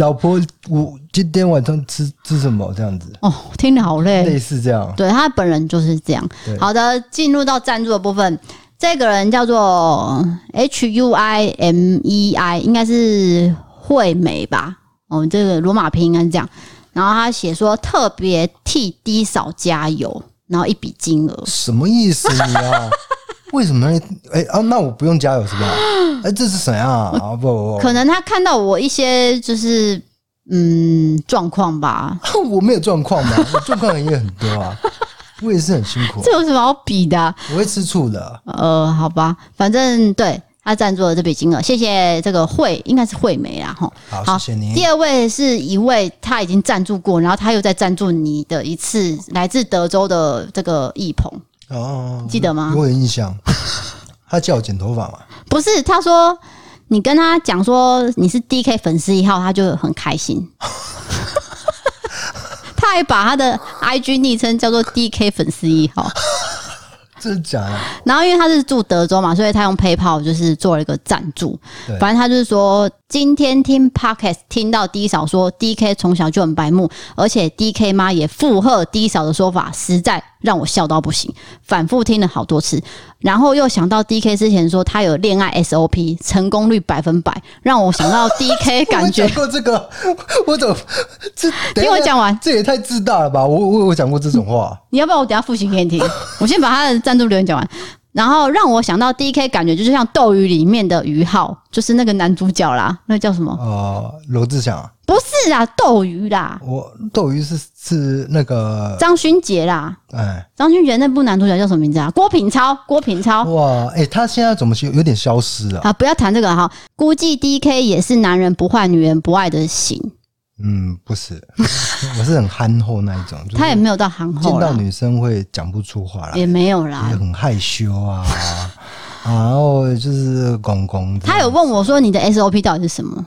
Speaker 2: 老老婆，我今天晚上吃吃什么这样子，
Speaker 1: 哦，听得好累。
Speaker 2: 类似这样。
Speaker 1: 对他本人就是这样
Speaker 2: 对。
Speaker 1: 好的，进入到赞助的部分，这个人叫做 H U I M E I，应该是惠美吧？哦，这个罗马拼音应该是这样。然后他写说特别替低嫂加油，然后一笔金额。
Speaker 2: 什么意思 你啊？为什么呢？哎、啊，那我不用加油是吧？哎、这是谁啊？啊不不
Speaker 1: 可能他看到我一些就是嗯状况吧，
Speaker 2: 不，我没有状况嘛，我 状况也很多啊，我也是很辛苦
Speaker 1: 这，有什么好比的啊？
Speaker 2: 我会吃醋的。
Speaker 1: 呃，好吧，反正对他赞助了这笔金额，谢谢这个惠，应该是惠美啦，吼。
Speaker 2: 好，
Speaker 1: 好
Speaker 2: 谢谢你
Speaker 1: 第。二位是一位他已经赞助过，然后他又再赞助你的一次来自德州的这个义鹏，
Speaker 2: 哦，
Speaker 1: 记得吗
Speaker 2: 我有印象。 他叫我剪头发嘛，
Speaker 1: 不是他说你跟他讲说你是 DK 粉丝一号，他就很开心。他还把他的 IG 昵称叫做 DK 粉丝一号，
Speaker 2: 真的假的？
Speaker 1: 然后因为他是住德州嘛，所以他用 PayPal 就是做了一个赞助
Speaker 2: 对。
Speaker 1: 反正他就是说，今天听 Podcast 听到 D 嫂说 DK 从小就很白目，而且 DK 妈也附和 D 嫂的说法，实在让我笑到不行。反复听了好多次，然后又想到 DK 之前说他有恋爱 SOP，成功率百分百，让我想到 DK 感
Speaker 2: 我
Speaker 1: 觉
Speaker 2: 讲。过这个， 我怎么这？等一
Speaker 1: 听
Speaker 2: 下
Speaker 1: 我讲完
Speaker 2: 这也太自大了吧！我我我讲过这种话，
Speaker 1: 你要不要我等一下复习给你听？ 我先把他的赞助留言讲完，然后让我想到 DK 感觉就是像《斗鱼》里面的于浩，就是那个男主角啦，那个叫什么？
Speaker 2: 呃，罗志祥啊，
Speaker 1: 不是啦，斗鱼啦，
Speaker 2: 我斗鱼是是那个，
Speaker 1: 张勋杰啦，
Speaker 2: 哎，
Speaker 1: 张勋杰那部男主角叫什么名字啊？郭品超，郭品超。
Speaker 2: 哇，哎、他现在怎么有有点消失了？
Speaker 1: 好，不要谈这个哈。估计 D K 也是男人不坏，女人不爱的型。
Speaker 2: 嗯，不是， 我是很憨厚那一种，就是
Speaker 1: 他也没有到行
Speaker 2: 见
Speaker 1: 后
Speaker 2: 到
Speaker 1: 啦，
Speaker 2: 女生会讲不出话来，
Speaker 1: 也没有啦
Speaker 2: 也。很害羞啊，然后就是公公这样，
Speaker 1: 他有问我说你的 SOP 到底是什 么？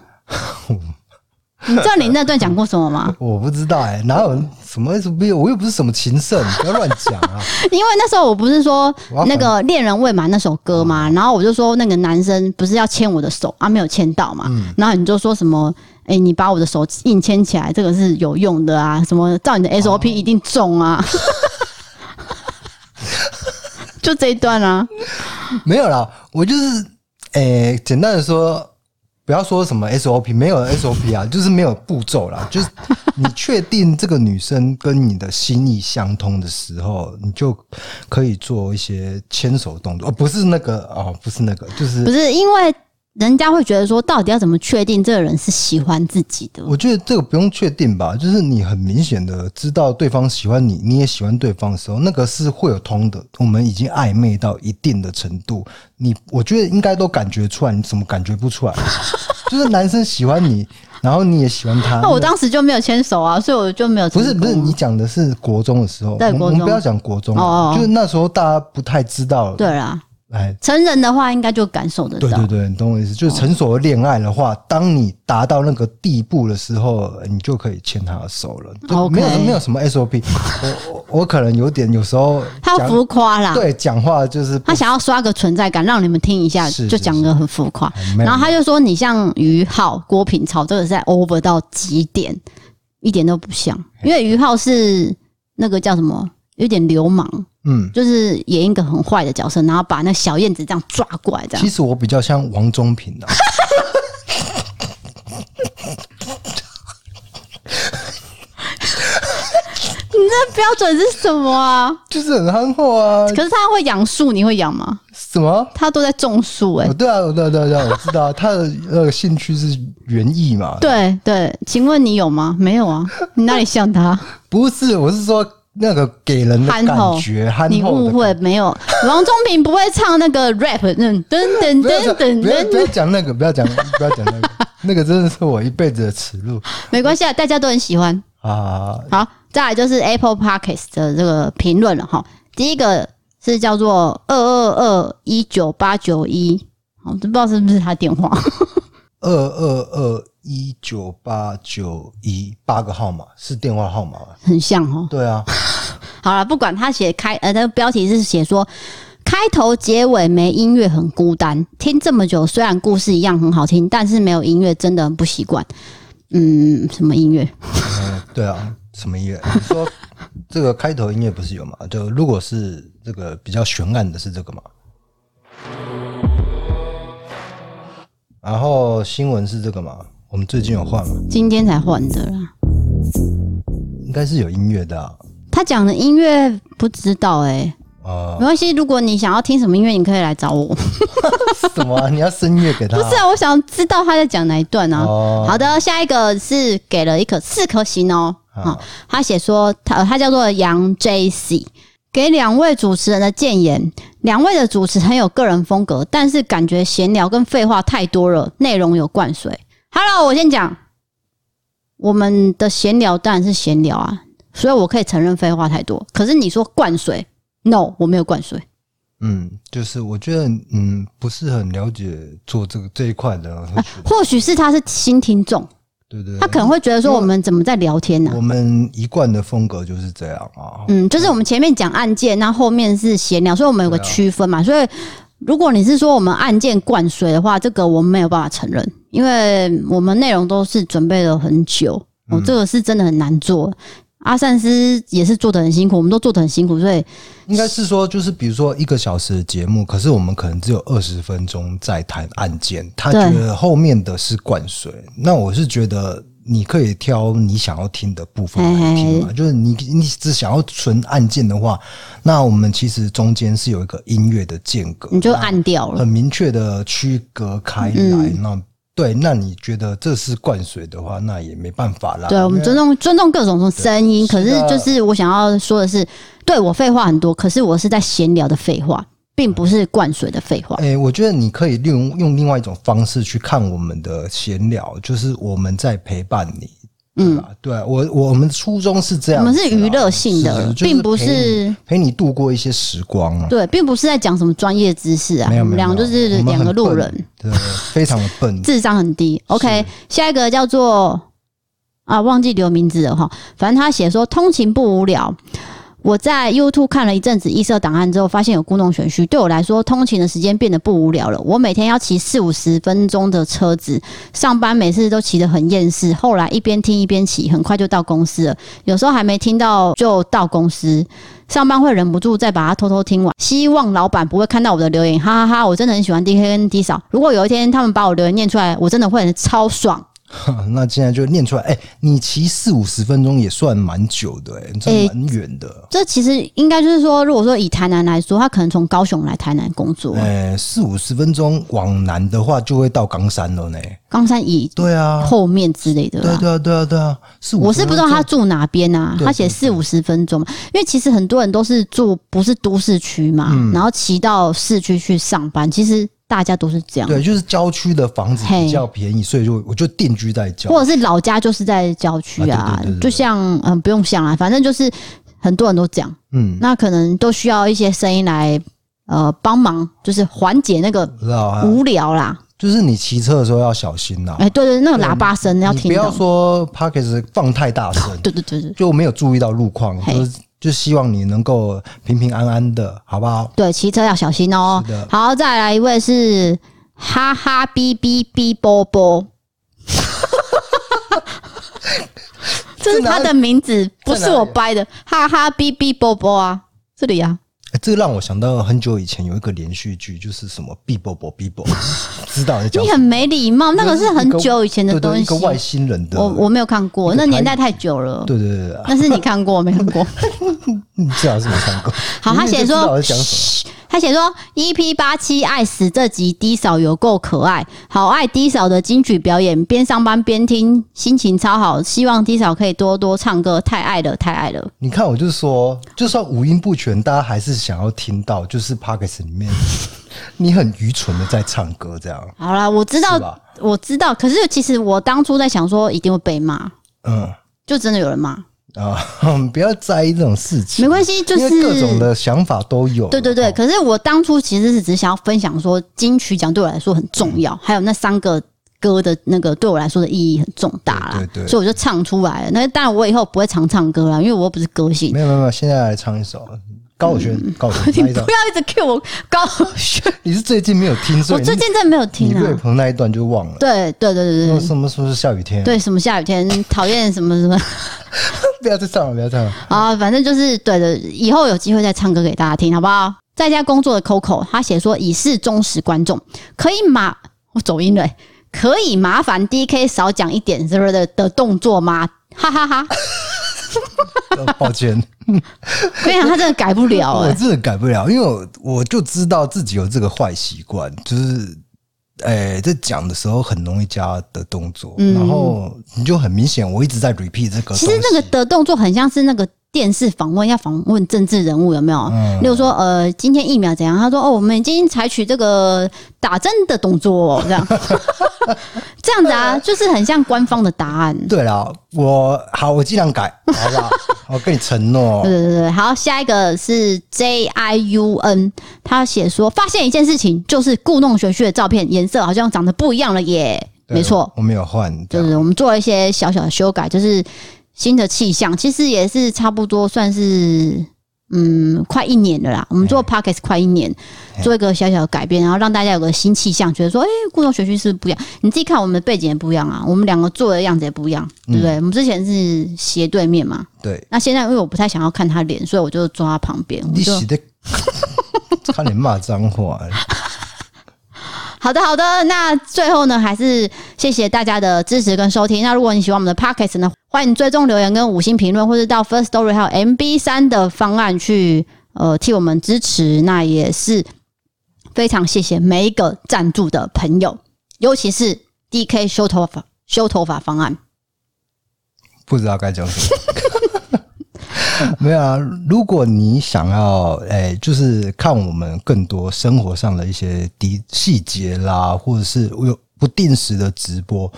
Speaker 1: 你知道你那段讲过什么吗？
Speaker 2: 我不知道哎、哪有什么 SB，我又不是什么情圣，不要乱讲啊！
Speaker 1: 因为那时候我不是说
Speaker 2: 我要嗯
Speaker 1: 那个《恋人未满》那首歌嘛，然后我就说那个男生不是要牵我的手啊，没有牵到嘛，
Speaker 2: 嗯
Speaker 1: 然后你就说什么，哎、你把我的手硬牵起来，这个是有用的啊，什么照你的
Speaker 2: 哦
Speaker 1: SOP 一定中啊， 就这一段啊，
Speaker 2: 嗯没有啦，我就是诶、简单的说，不要说什么 SOP，没有 SOP 啊，就是没有步骤啦。就是你确定这个女生跟你的心意相通的时候，你就可以做一些牵手动作，哦，不是那个哦，不是那个，就是
Speaker 1: 不是因为人家会觉得说，到底要怎么确定这个人是喜欢自己的？
Speaker 2: 我觉得这个不用确定吧，就是你很明显的知道对方喜欢你，你也喜欢对方的时候，那个是会有通的。我们已经暧昧到一定的程度，你我觉得应该都感觉出来，你怎么感觉不出来？ 就是男生喜欢你，然后你也喜欢他。
Speaker 1: 那我当时就没有牵手啊，所以我就没有
Speaker 2: 不是
Speaker 1: 成
Speaker 2: 不
Speaker 1: 功
Speaker 2: 是，
Speaker 1: 啊
Speaker 2: 你讲的是国中的时候，
Speaker 1: 对
Speaker 2: 我们
Speaker 1: 国
Speaker 2: 我
Speaker 1: 中
Speaker 2: 们不要讲国中，啊
Speaker 1: 哦哦哦
Speaker 2: 就是那时候大家不太知道。
Speaker 1: 对，啦，
Speaker 2: 哎，
Speaker 1: 成人的话应该就感受得到。
Speaker 2: 对对对，你懂我意思。
Speaker 1: 哦
Speaker 2: 就是成熟的恋爱的话，当你达到那个地步的时候，你就可以牵他的手了。就
Speaker 1: 嗯 OK
Speaker 2: 没有没有什么 SOP。我我我可能有点有时候
Speaker 1: 他
Speaker 2: 讲
Speaker 1: 浮夸啦，
Speaker 2: 对讲话就是不
Speaker 1: 他想要刷个存在感，让你们听一下，
Speaker 2: 是
Speaker 1: 就讲的很浮夸
Speaker 2: 是是。没有
Speaker 1: 然后他就说：“你像于浩、郭品超，这个是在 over 到极点，一点都不像。因为于浩是那个叫什么，有点流氓，
Speaker 2: 嗯。
Speaker 1: 就是演一个很坏的角色，然后把那小燕子这样抓过来，这样
Speaker 2: 其实我比较像王中平的、
Speaker 1: 那标准是什么啊？
Speaker 2: 就是很憨厚啊。
Speaker 1: 可是他会养树，你会养吗？
Speaker 2: 什么？
Speaker 1: 他都在种树、欸，
Speaker 2: 哦对啊，对啊对啊对啊，我知道啊他的那个兴趣是园艺嘛。，
Speaker 1: 对对，请问你有吗？没有啊，你哪里像他？
Speaker 2: 不是，我是说那个给人的
Speaker 1: 憨厚
Speaker 2: 感觉，憨
Speaker 1: 你
Speaker 2: 厚
Speaker 1: 误
Speaker 2: 的
Speaker 1: 会，没有， 王宗平不会唱那个 rap，嗯，噔噔
Speaker 2: 不要
Speaker 1: 噔
Speaker 2: 讲，
Speaker 1: 噔
Speaker 2: 不要不
Speaker 1: 噔，
Speaker 2: 要讲那个，不要讲， 不要讲那个，那个真的是我一辈子的耻辱
Speaker 1: 没关系啊，大家都很喜欢。
Speaker 2: 啊！
Speaker 1: 好，再来就是 Apple Podcast 的这个评论了哈。第一个是叫做二二二一九八九一，我都不知道是不是他电话，
Speaker 2: 二二二一九八九一八个号码是电话号码吧，
Speaker 1: 很像哦。
Speaker 2: 对啊，
Speaker 1: 好了，不管他写开呃，那个标题是写说开头结尾没音乐很孤单，听这么久虽然故事一样很好听，但是没有音乐真的很不习惯。嗯，什么音乐？
Speaker 2: 嗯对啊，什么音乐？你说这个开头音乐不是有吗？就如果是这个比较悬案的是这个嘛，然后新闻是这个嘛，我们最近有换嘛，
Speaker 1: 今天才换的啦。
Speaker 2: 应该是有音乐的啊，
Speaker 1: 他讲的音乐不知道哎、
Speaker 2: 呃
Speaker 1: 没关系。如果你想要听什么音乐，你可以来找我。
Speaker 2: 什么啊？你要声乐给 他
Speaker 1: 不
Speaker 2: 啊？
Speaker 1: 是啊，我想知道他在讲哪一段啊。
Speaker 2: 哦
Speaker 1: 好的，下一个是给了一颗四颗星哦。
Speaker 2: 啊
Speaker 1: 啊、他写说他、呃、他叫做杨 J C，给两位主持人的建言，两位的主持很有个人风格，但是感觉闲聊跟废话太多了，内容有灌水。Hello，我先讲，我们的闲聊当然是闲聊啊，所以我可以承认废话太多。可是你说灌水，No，我没有灌水。
Speaker 2: 嗯，就是我觉得，嗯，不是很了解做这个这一块的 人会觉得，
Speaker 1: 或许是他是新听众，
Speaker 2: 对对
Speaker 1: 他可能会觉得说我们怎么在聊天呢、
Speaker 2: 我们一贯的风格就是这样啊。
Speaker 1: 嗯，就是我们前面讲案件，那后面是闲聊，所以我们有个
Speaker 2: 对啊
Speaker 1: 区分嘛。所以如果你是说我们案件灌水的话，这个我们没有办法承认，因为我们内容都是准备了很久，哦，
Speaker 2: 嗯
Speaker 1: 这个是真的很难做。阿善斯也是做的很辛苦，我们都做的很辛苦，所以
Speaker 2: 应该是说，就是比如说一个小时的节目，可是我们可能只有二十分钟在谈案件，他
Speaker 1: 对
Speaker 2: 觉得后面的是灌水。那我是觉得。你可以挑你想要听的部分来听嘛，就是你你只想要纯案件的话，那我们其实中间是有一个音乐的间隔，
Speaker 1: 你就按掉了
Speaker 2: 很。明确的区隔开来。
Speaker 1: 嗯
Speaker 2: 那对，那你觉得这是灌水的话，那也没办法啦。
Speaker 1: 对，我们
Speaker 2: 因为
Speaker 1: 尊重尊重各种声音，可
Speaker 2: 欸是
Speaker 1: 是
Speaker 2: 的
Speaker 1: 就是我想要说的是，对我废话很多，可是我是在闲聊的废话，并不是灌水的废话。
Speaker 2: 哎、我觉得你可以利用用另外一种方式去看我们的闲聊，就是我们在陪伴你。嗯，对啊我我我们初衷是这样
Speaker 1: 我
Speaker 2: 子啊，
Speaker 1: 们是娱乐性的
Speaker 2: 是就
Speaker 1: 并不
Speaker 2: 陪
Speaker 1: 是
Speaker 2: 你陪你度过一些时光啊。
Speaker 1: 对，并不是在讲什么专业知识啊，
Speaker 2: 没有
Speaker 1: 我
Speaker 2: 没
Speaker 1: 们
Speaker 2: 有，
Speaker 1: 两个就
Speaker 2: 没有
Speaker 1: 是
Speaker 2: 我们
Speaker 1: 两个
Speaker 2: 很
Speaker 1: 路
Speaker 2: 笨
Speaker 1: 人，，。
Speaker 2: 对，非常的笨
Speaker 1: 智商很低。OK，下一个叫做啊，忘记留名字了哈，反正他写说通勤不无聊。我在 YouTube 看了一阵子异色档案之后，发现有故弄玄虚。对我来说，通勤的时间变得不无聊了。我每天要骑四五十分钟的车子，上班每次都骑得很厌世。后来一边听一边骑，很快就到公司了。有时候还没听到就到公司，上班会忍不住再把它偷偷听完。希望老板不会看到我的留言，哈哈哈！我真的很喜欢 D K 跟 D 嫂。如果有一天他们把我留言念出来，我真的会很超爽。
Speaker 2: 啊 那现在就念出来，哎、你骑四五十分钟也算蛮久的、哎，
Speaker 1: 哎
Speaker 2: 这蛮远的。
Speaker 1: 这其实应该就是说，如果说以台南来说，他可能从高雄来台南工作，
Speaker 2: 哎、四五十分钟往南的话，就会到冈山了呢。
Speaker 1: 冈山以
Speaker 2: 对啊，
Speaker 1: 后面之类的
Speaker 2: 对啊
Speaker 1: 啦。
Speaker 2: 对啊，对啊，对啊，四五。
Speaker 1: 我是不知道他，住哪边啊，
Speaker 2: 对
Speaker 1: 他写四五十分钟嘛，因为其实很多人都是住不是都市区嘛，
Speaker 2: 嗯
Speaker 1: 然后骑到市区去上班，其实大家都是这样，
Speaker 2: 对，就是郊区的房子
Speaker 1: 嘿
Speaker 2: 比较便宜，所以就我就定居在郊。
Speaker 1: 或者是老家就是在郊区啊，
Speaker 2: 啊对对对对对
Speaker 1: 就像嗯不用想啊，反正就是很多人都这样，
Speaker 2: 嗯，
Speaker 1: 那可能都需要一些声音来呃帮忙，就是缓解那个
Speaker 2: 不知道啊，
Speaker 1: 无聊啦。
Speaker 2: 就是你骑车的时候要小心呐、
Speaker 1: 哎、对对，那个喇叭声要
Speaker 2: 你
Speaker 1: 听
Speaker 2: 不要
Speaker 1: 到。
Speaker 2: 说 p o c k e t 放太大声，
Speaker 1: 对对对对
Speaker 2: 就没有注意到路况，
Speaker 1: 嘿
Speaker 2: 就是就希望你能够平平安安的，好不好？
Speaker 1: 对，骑车要小心哦
Speaker 2: 是的。
Speaker 1: 好，再来一位是哈哈哔哔哔波波。 这是他的名字，不是
Speaker 2: 啊
Speaker 1: 我掰的。哈哈哔哔波波啊，这里啊，
Speaker 2: 哎这让我想到很久以前有一个连续剧，就是什么 b i b o b o b i b o 知道在讲
Speaker 1: 你
Speaker 2: 什
Speaker 1: 很
Speaker 2: 么
Speaker 1: 没礼貌，那个是很
Speaker 2: 一个
Speaker 1: 久以前的
Speaker 2: 对
Speaker 1: 东
Speaker 2: 对，一个外
Speaker 1: 西。
Speaker 2: 星人的，
Speaker 1: 我我没有看过，
Speaker 2: 一个
Speaker 1: 那
Speaker 2: 台
Speaker 1: 年代太久了。
Speaker 2: 对对对对，
Speaker 1: 那是你看过，我没看 过。
Speaker 2: 嗯至少是没 看过。
Speaker 1: 好，他
Speaker 2: 明
Speaker 1: 写
Speaker 2: 明就知道
Speaker 1: 说
Speaker 2: 在讲什么，
Speaker 1: 他写说，EP 八七爱死这集低嫂有够可爱，好爱低嫂的金曲表演，边上班边听，心情超好。希望低嫂可以多多唱歌，太爱了，太爱了。
Speaker 2: 你看我就是说，就算五音不全，大家还是想要听到，就是 p o c k e t 里面你很愚蠢的在唱歌这样，
Speaker 1: 好啦，我知
Speaker 2: 是
Speaker 1: 道，
Speaker 2: 吧？
Speaker 1: 我知道。可是其实我当初在想说，一定会被骂，
Speaker 2: 嗯。
Speaker 1: 就真的有人骂，
Speaker 2: 啊、 不要在意这种事情，
Speaker 1: 没关系，就
Speaker 2: 因
Speaker 1: 是
Speaker 2: 为各种的想法都有。
Speaker 1: 对对对，可是我当初其实是只想要分享说，金曲奖对我来说很重
Speaker 2: 嗯
Speaker 1: 要，还有那三个歌的那个对我来说的意义很重大啦，
Speaker 2: 对对对
Speaker 1: 所以我就唱出来了。那当然我以后不会常唱歌啦，因为我又不是歌星。
Speaker 2: 没有没有没有，现在来唱一首高晓轩，
Speaker 1: 嗯
Speaker 2: 高晓
Speaker 1: 你
Speaker 2: 轩那
Speaker 1: 不
Speaker 2: 一首
Speaker 1: 要。一直 cue 我高轩，
Speaker 2: 你是最近没有听，所
Speaker 1: 我
Speaker 2: 以
Speaker 1: 最近真的没有听
Speaker 2: 你
Speaker 1: 啊
Speaker 2: 岳。鹏那一段就忘了。
Speaker 1: 对对对对对
Speaker 2: 那什么时候是下雨天？，
Speaker 1: 对，什么下雨天讨厌什么什么
Speaker 2: 不要再唱了，不要唱了。
Speaker 1: 啊，反正就是对的，以后有机会再唱歌给大家听，好不好？在家工作的 Coco，他写说以示忠实观众，可以麻我走音了欸、可以麻烦 DK 少讲一点是不是的的动作吗？哈哈哈
Speaker 2: 呃抱歉，
Speaker 1: 我跟你讲，他真的改不了哎、
Speaker 2: 我真的改不了，因为我我就知道自己有这个坏习惯，就是。哎、在讲的时候很容易加的动作，然后你就很明显，我一直在 repeat 这个东
Speaker 1: 嗯
Speaker 2: 西。
Speaker 1: 其实那个的动作很像是那个电视访问，要访问政治人物有没有？
Speaker 2: 嗯
Speaker 1: 例如说，呃，今天疫苗怎样？他说，哦，我们已经采取这个打针的动作、哦，这样， 这样子啊，就是很像官方的答案。
Speaker 2: 对啦，我好，我尽 量改，好不好？我跟你承诺
Speaker 1: 对，对对对，好，下一个是 J I U N，他写说发现一件事情，就是故弄玄虚的照片颜色好像长得不一样了耶，
Speaker 2: 对啊
Speaker 1: 没错，，嗯
Speaker 2: 我没有换，这
Speaker 1: 就
Speaker 2: 样
Speaker 1: 是我们做了一些小小的修改，就是新的气象，其实也是差不多算是嗯快一年了啦。我们做 p o c k e t 快一年，做一个小小的改变，然后让大家有个新气象，觉得说，哎、故弄玄虚是不是不一样。你自己看我们的背景也不一样啊，我们两个做的样子也不一样，对不对？我们之前是斜对面嘛，
Speaker 2: 对，
Speaker 1: 那现在因为我不太想要看他脸，所以我就坐他旁边，我
Speaker 2: 你
Speaker 1: 就
Speaker 2: 洗的， 差点骂脏话，
Speaker 1: 好的，好的。那最后呢，还是谢谢大家的支持跟收听。那如果你喜欢我们的 podcast 呢，欢迎追踪留言跟五星评论，或是到 First Story 还有 MB 三的方案去呃替我们支持。那也是非常谢谢每一个赞助的朋友，尤其是 DK 修头发修头发方案。
Speaker 2: 不知道该讲什么。 没有啊，如果你想要，哎、就是看我们更多生活上的一些滴细节啦，或者是有不定时的直播，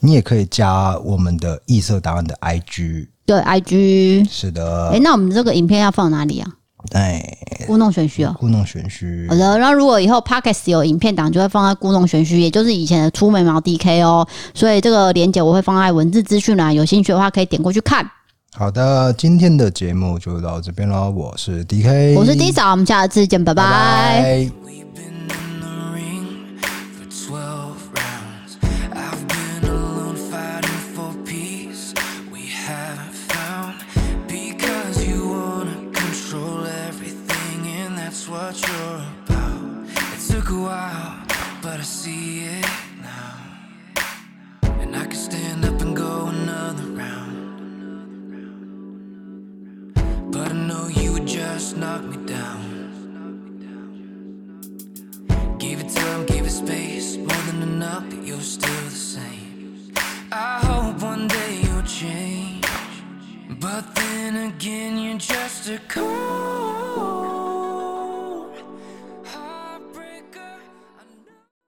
Speaker 2: 你也可以加我们的异色答案的 IG。
Speaker 1: 对，IG。
Speaker 2: 是
Speaker 1: 哎、
Speaker 2: 的，
Speaker 1: 那我们这个影片要放哪里啊？
Speaker 2: 哎，
Speaker 1: 故弄玄虚哦。
Speaker 2: 故弄玄虚
Speaker 1: 好，的，然后如果以后 Podcast 有影片档，就会放在故弄玄虚，也就是以前的出眉毛 DK 哦。所以这个连接我会放在文字资讯栏，有兴趣的话可以点过去看。
Speaker 2: 好的，今天的节目就到这边喽。我是 DK，
Speaker 1: 我是 D 嫂，我们下次见，
Speaker 2: 拜
Speaker 1: 拜拜
Speaker 2: 拜。
Speaker 3: We've been in the ring for 12 rounds. I've been alone fighting for peace. We haven't found because you wanna control everything, and that's what you're about. It took a while, but I see it now. And I can stand up and go another round. But I know you would just knock me down. Give it time, give it space, more than enough, but you're still the same. I hope one day you'll change, but then again, you're just a call.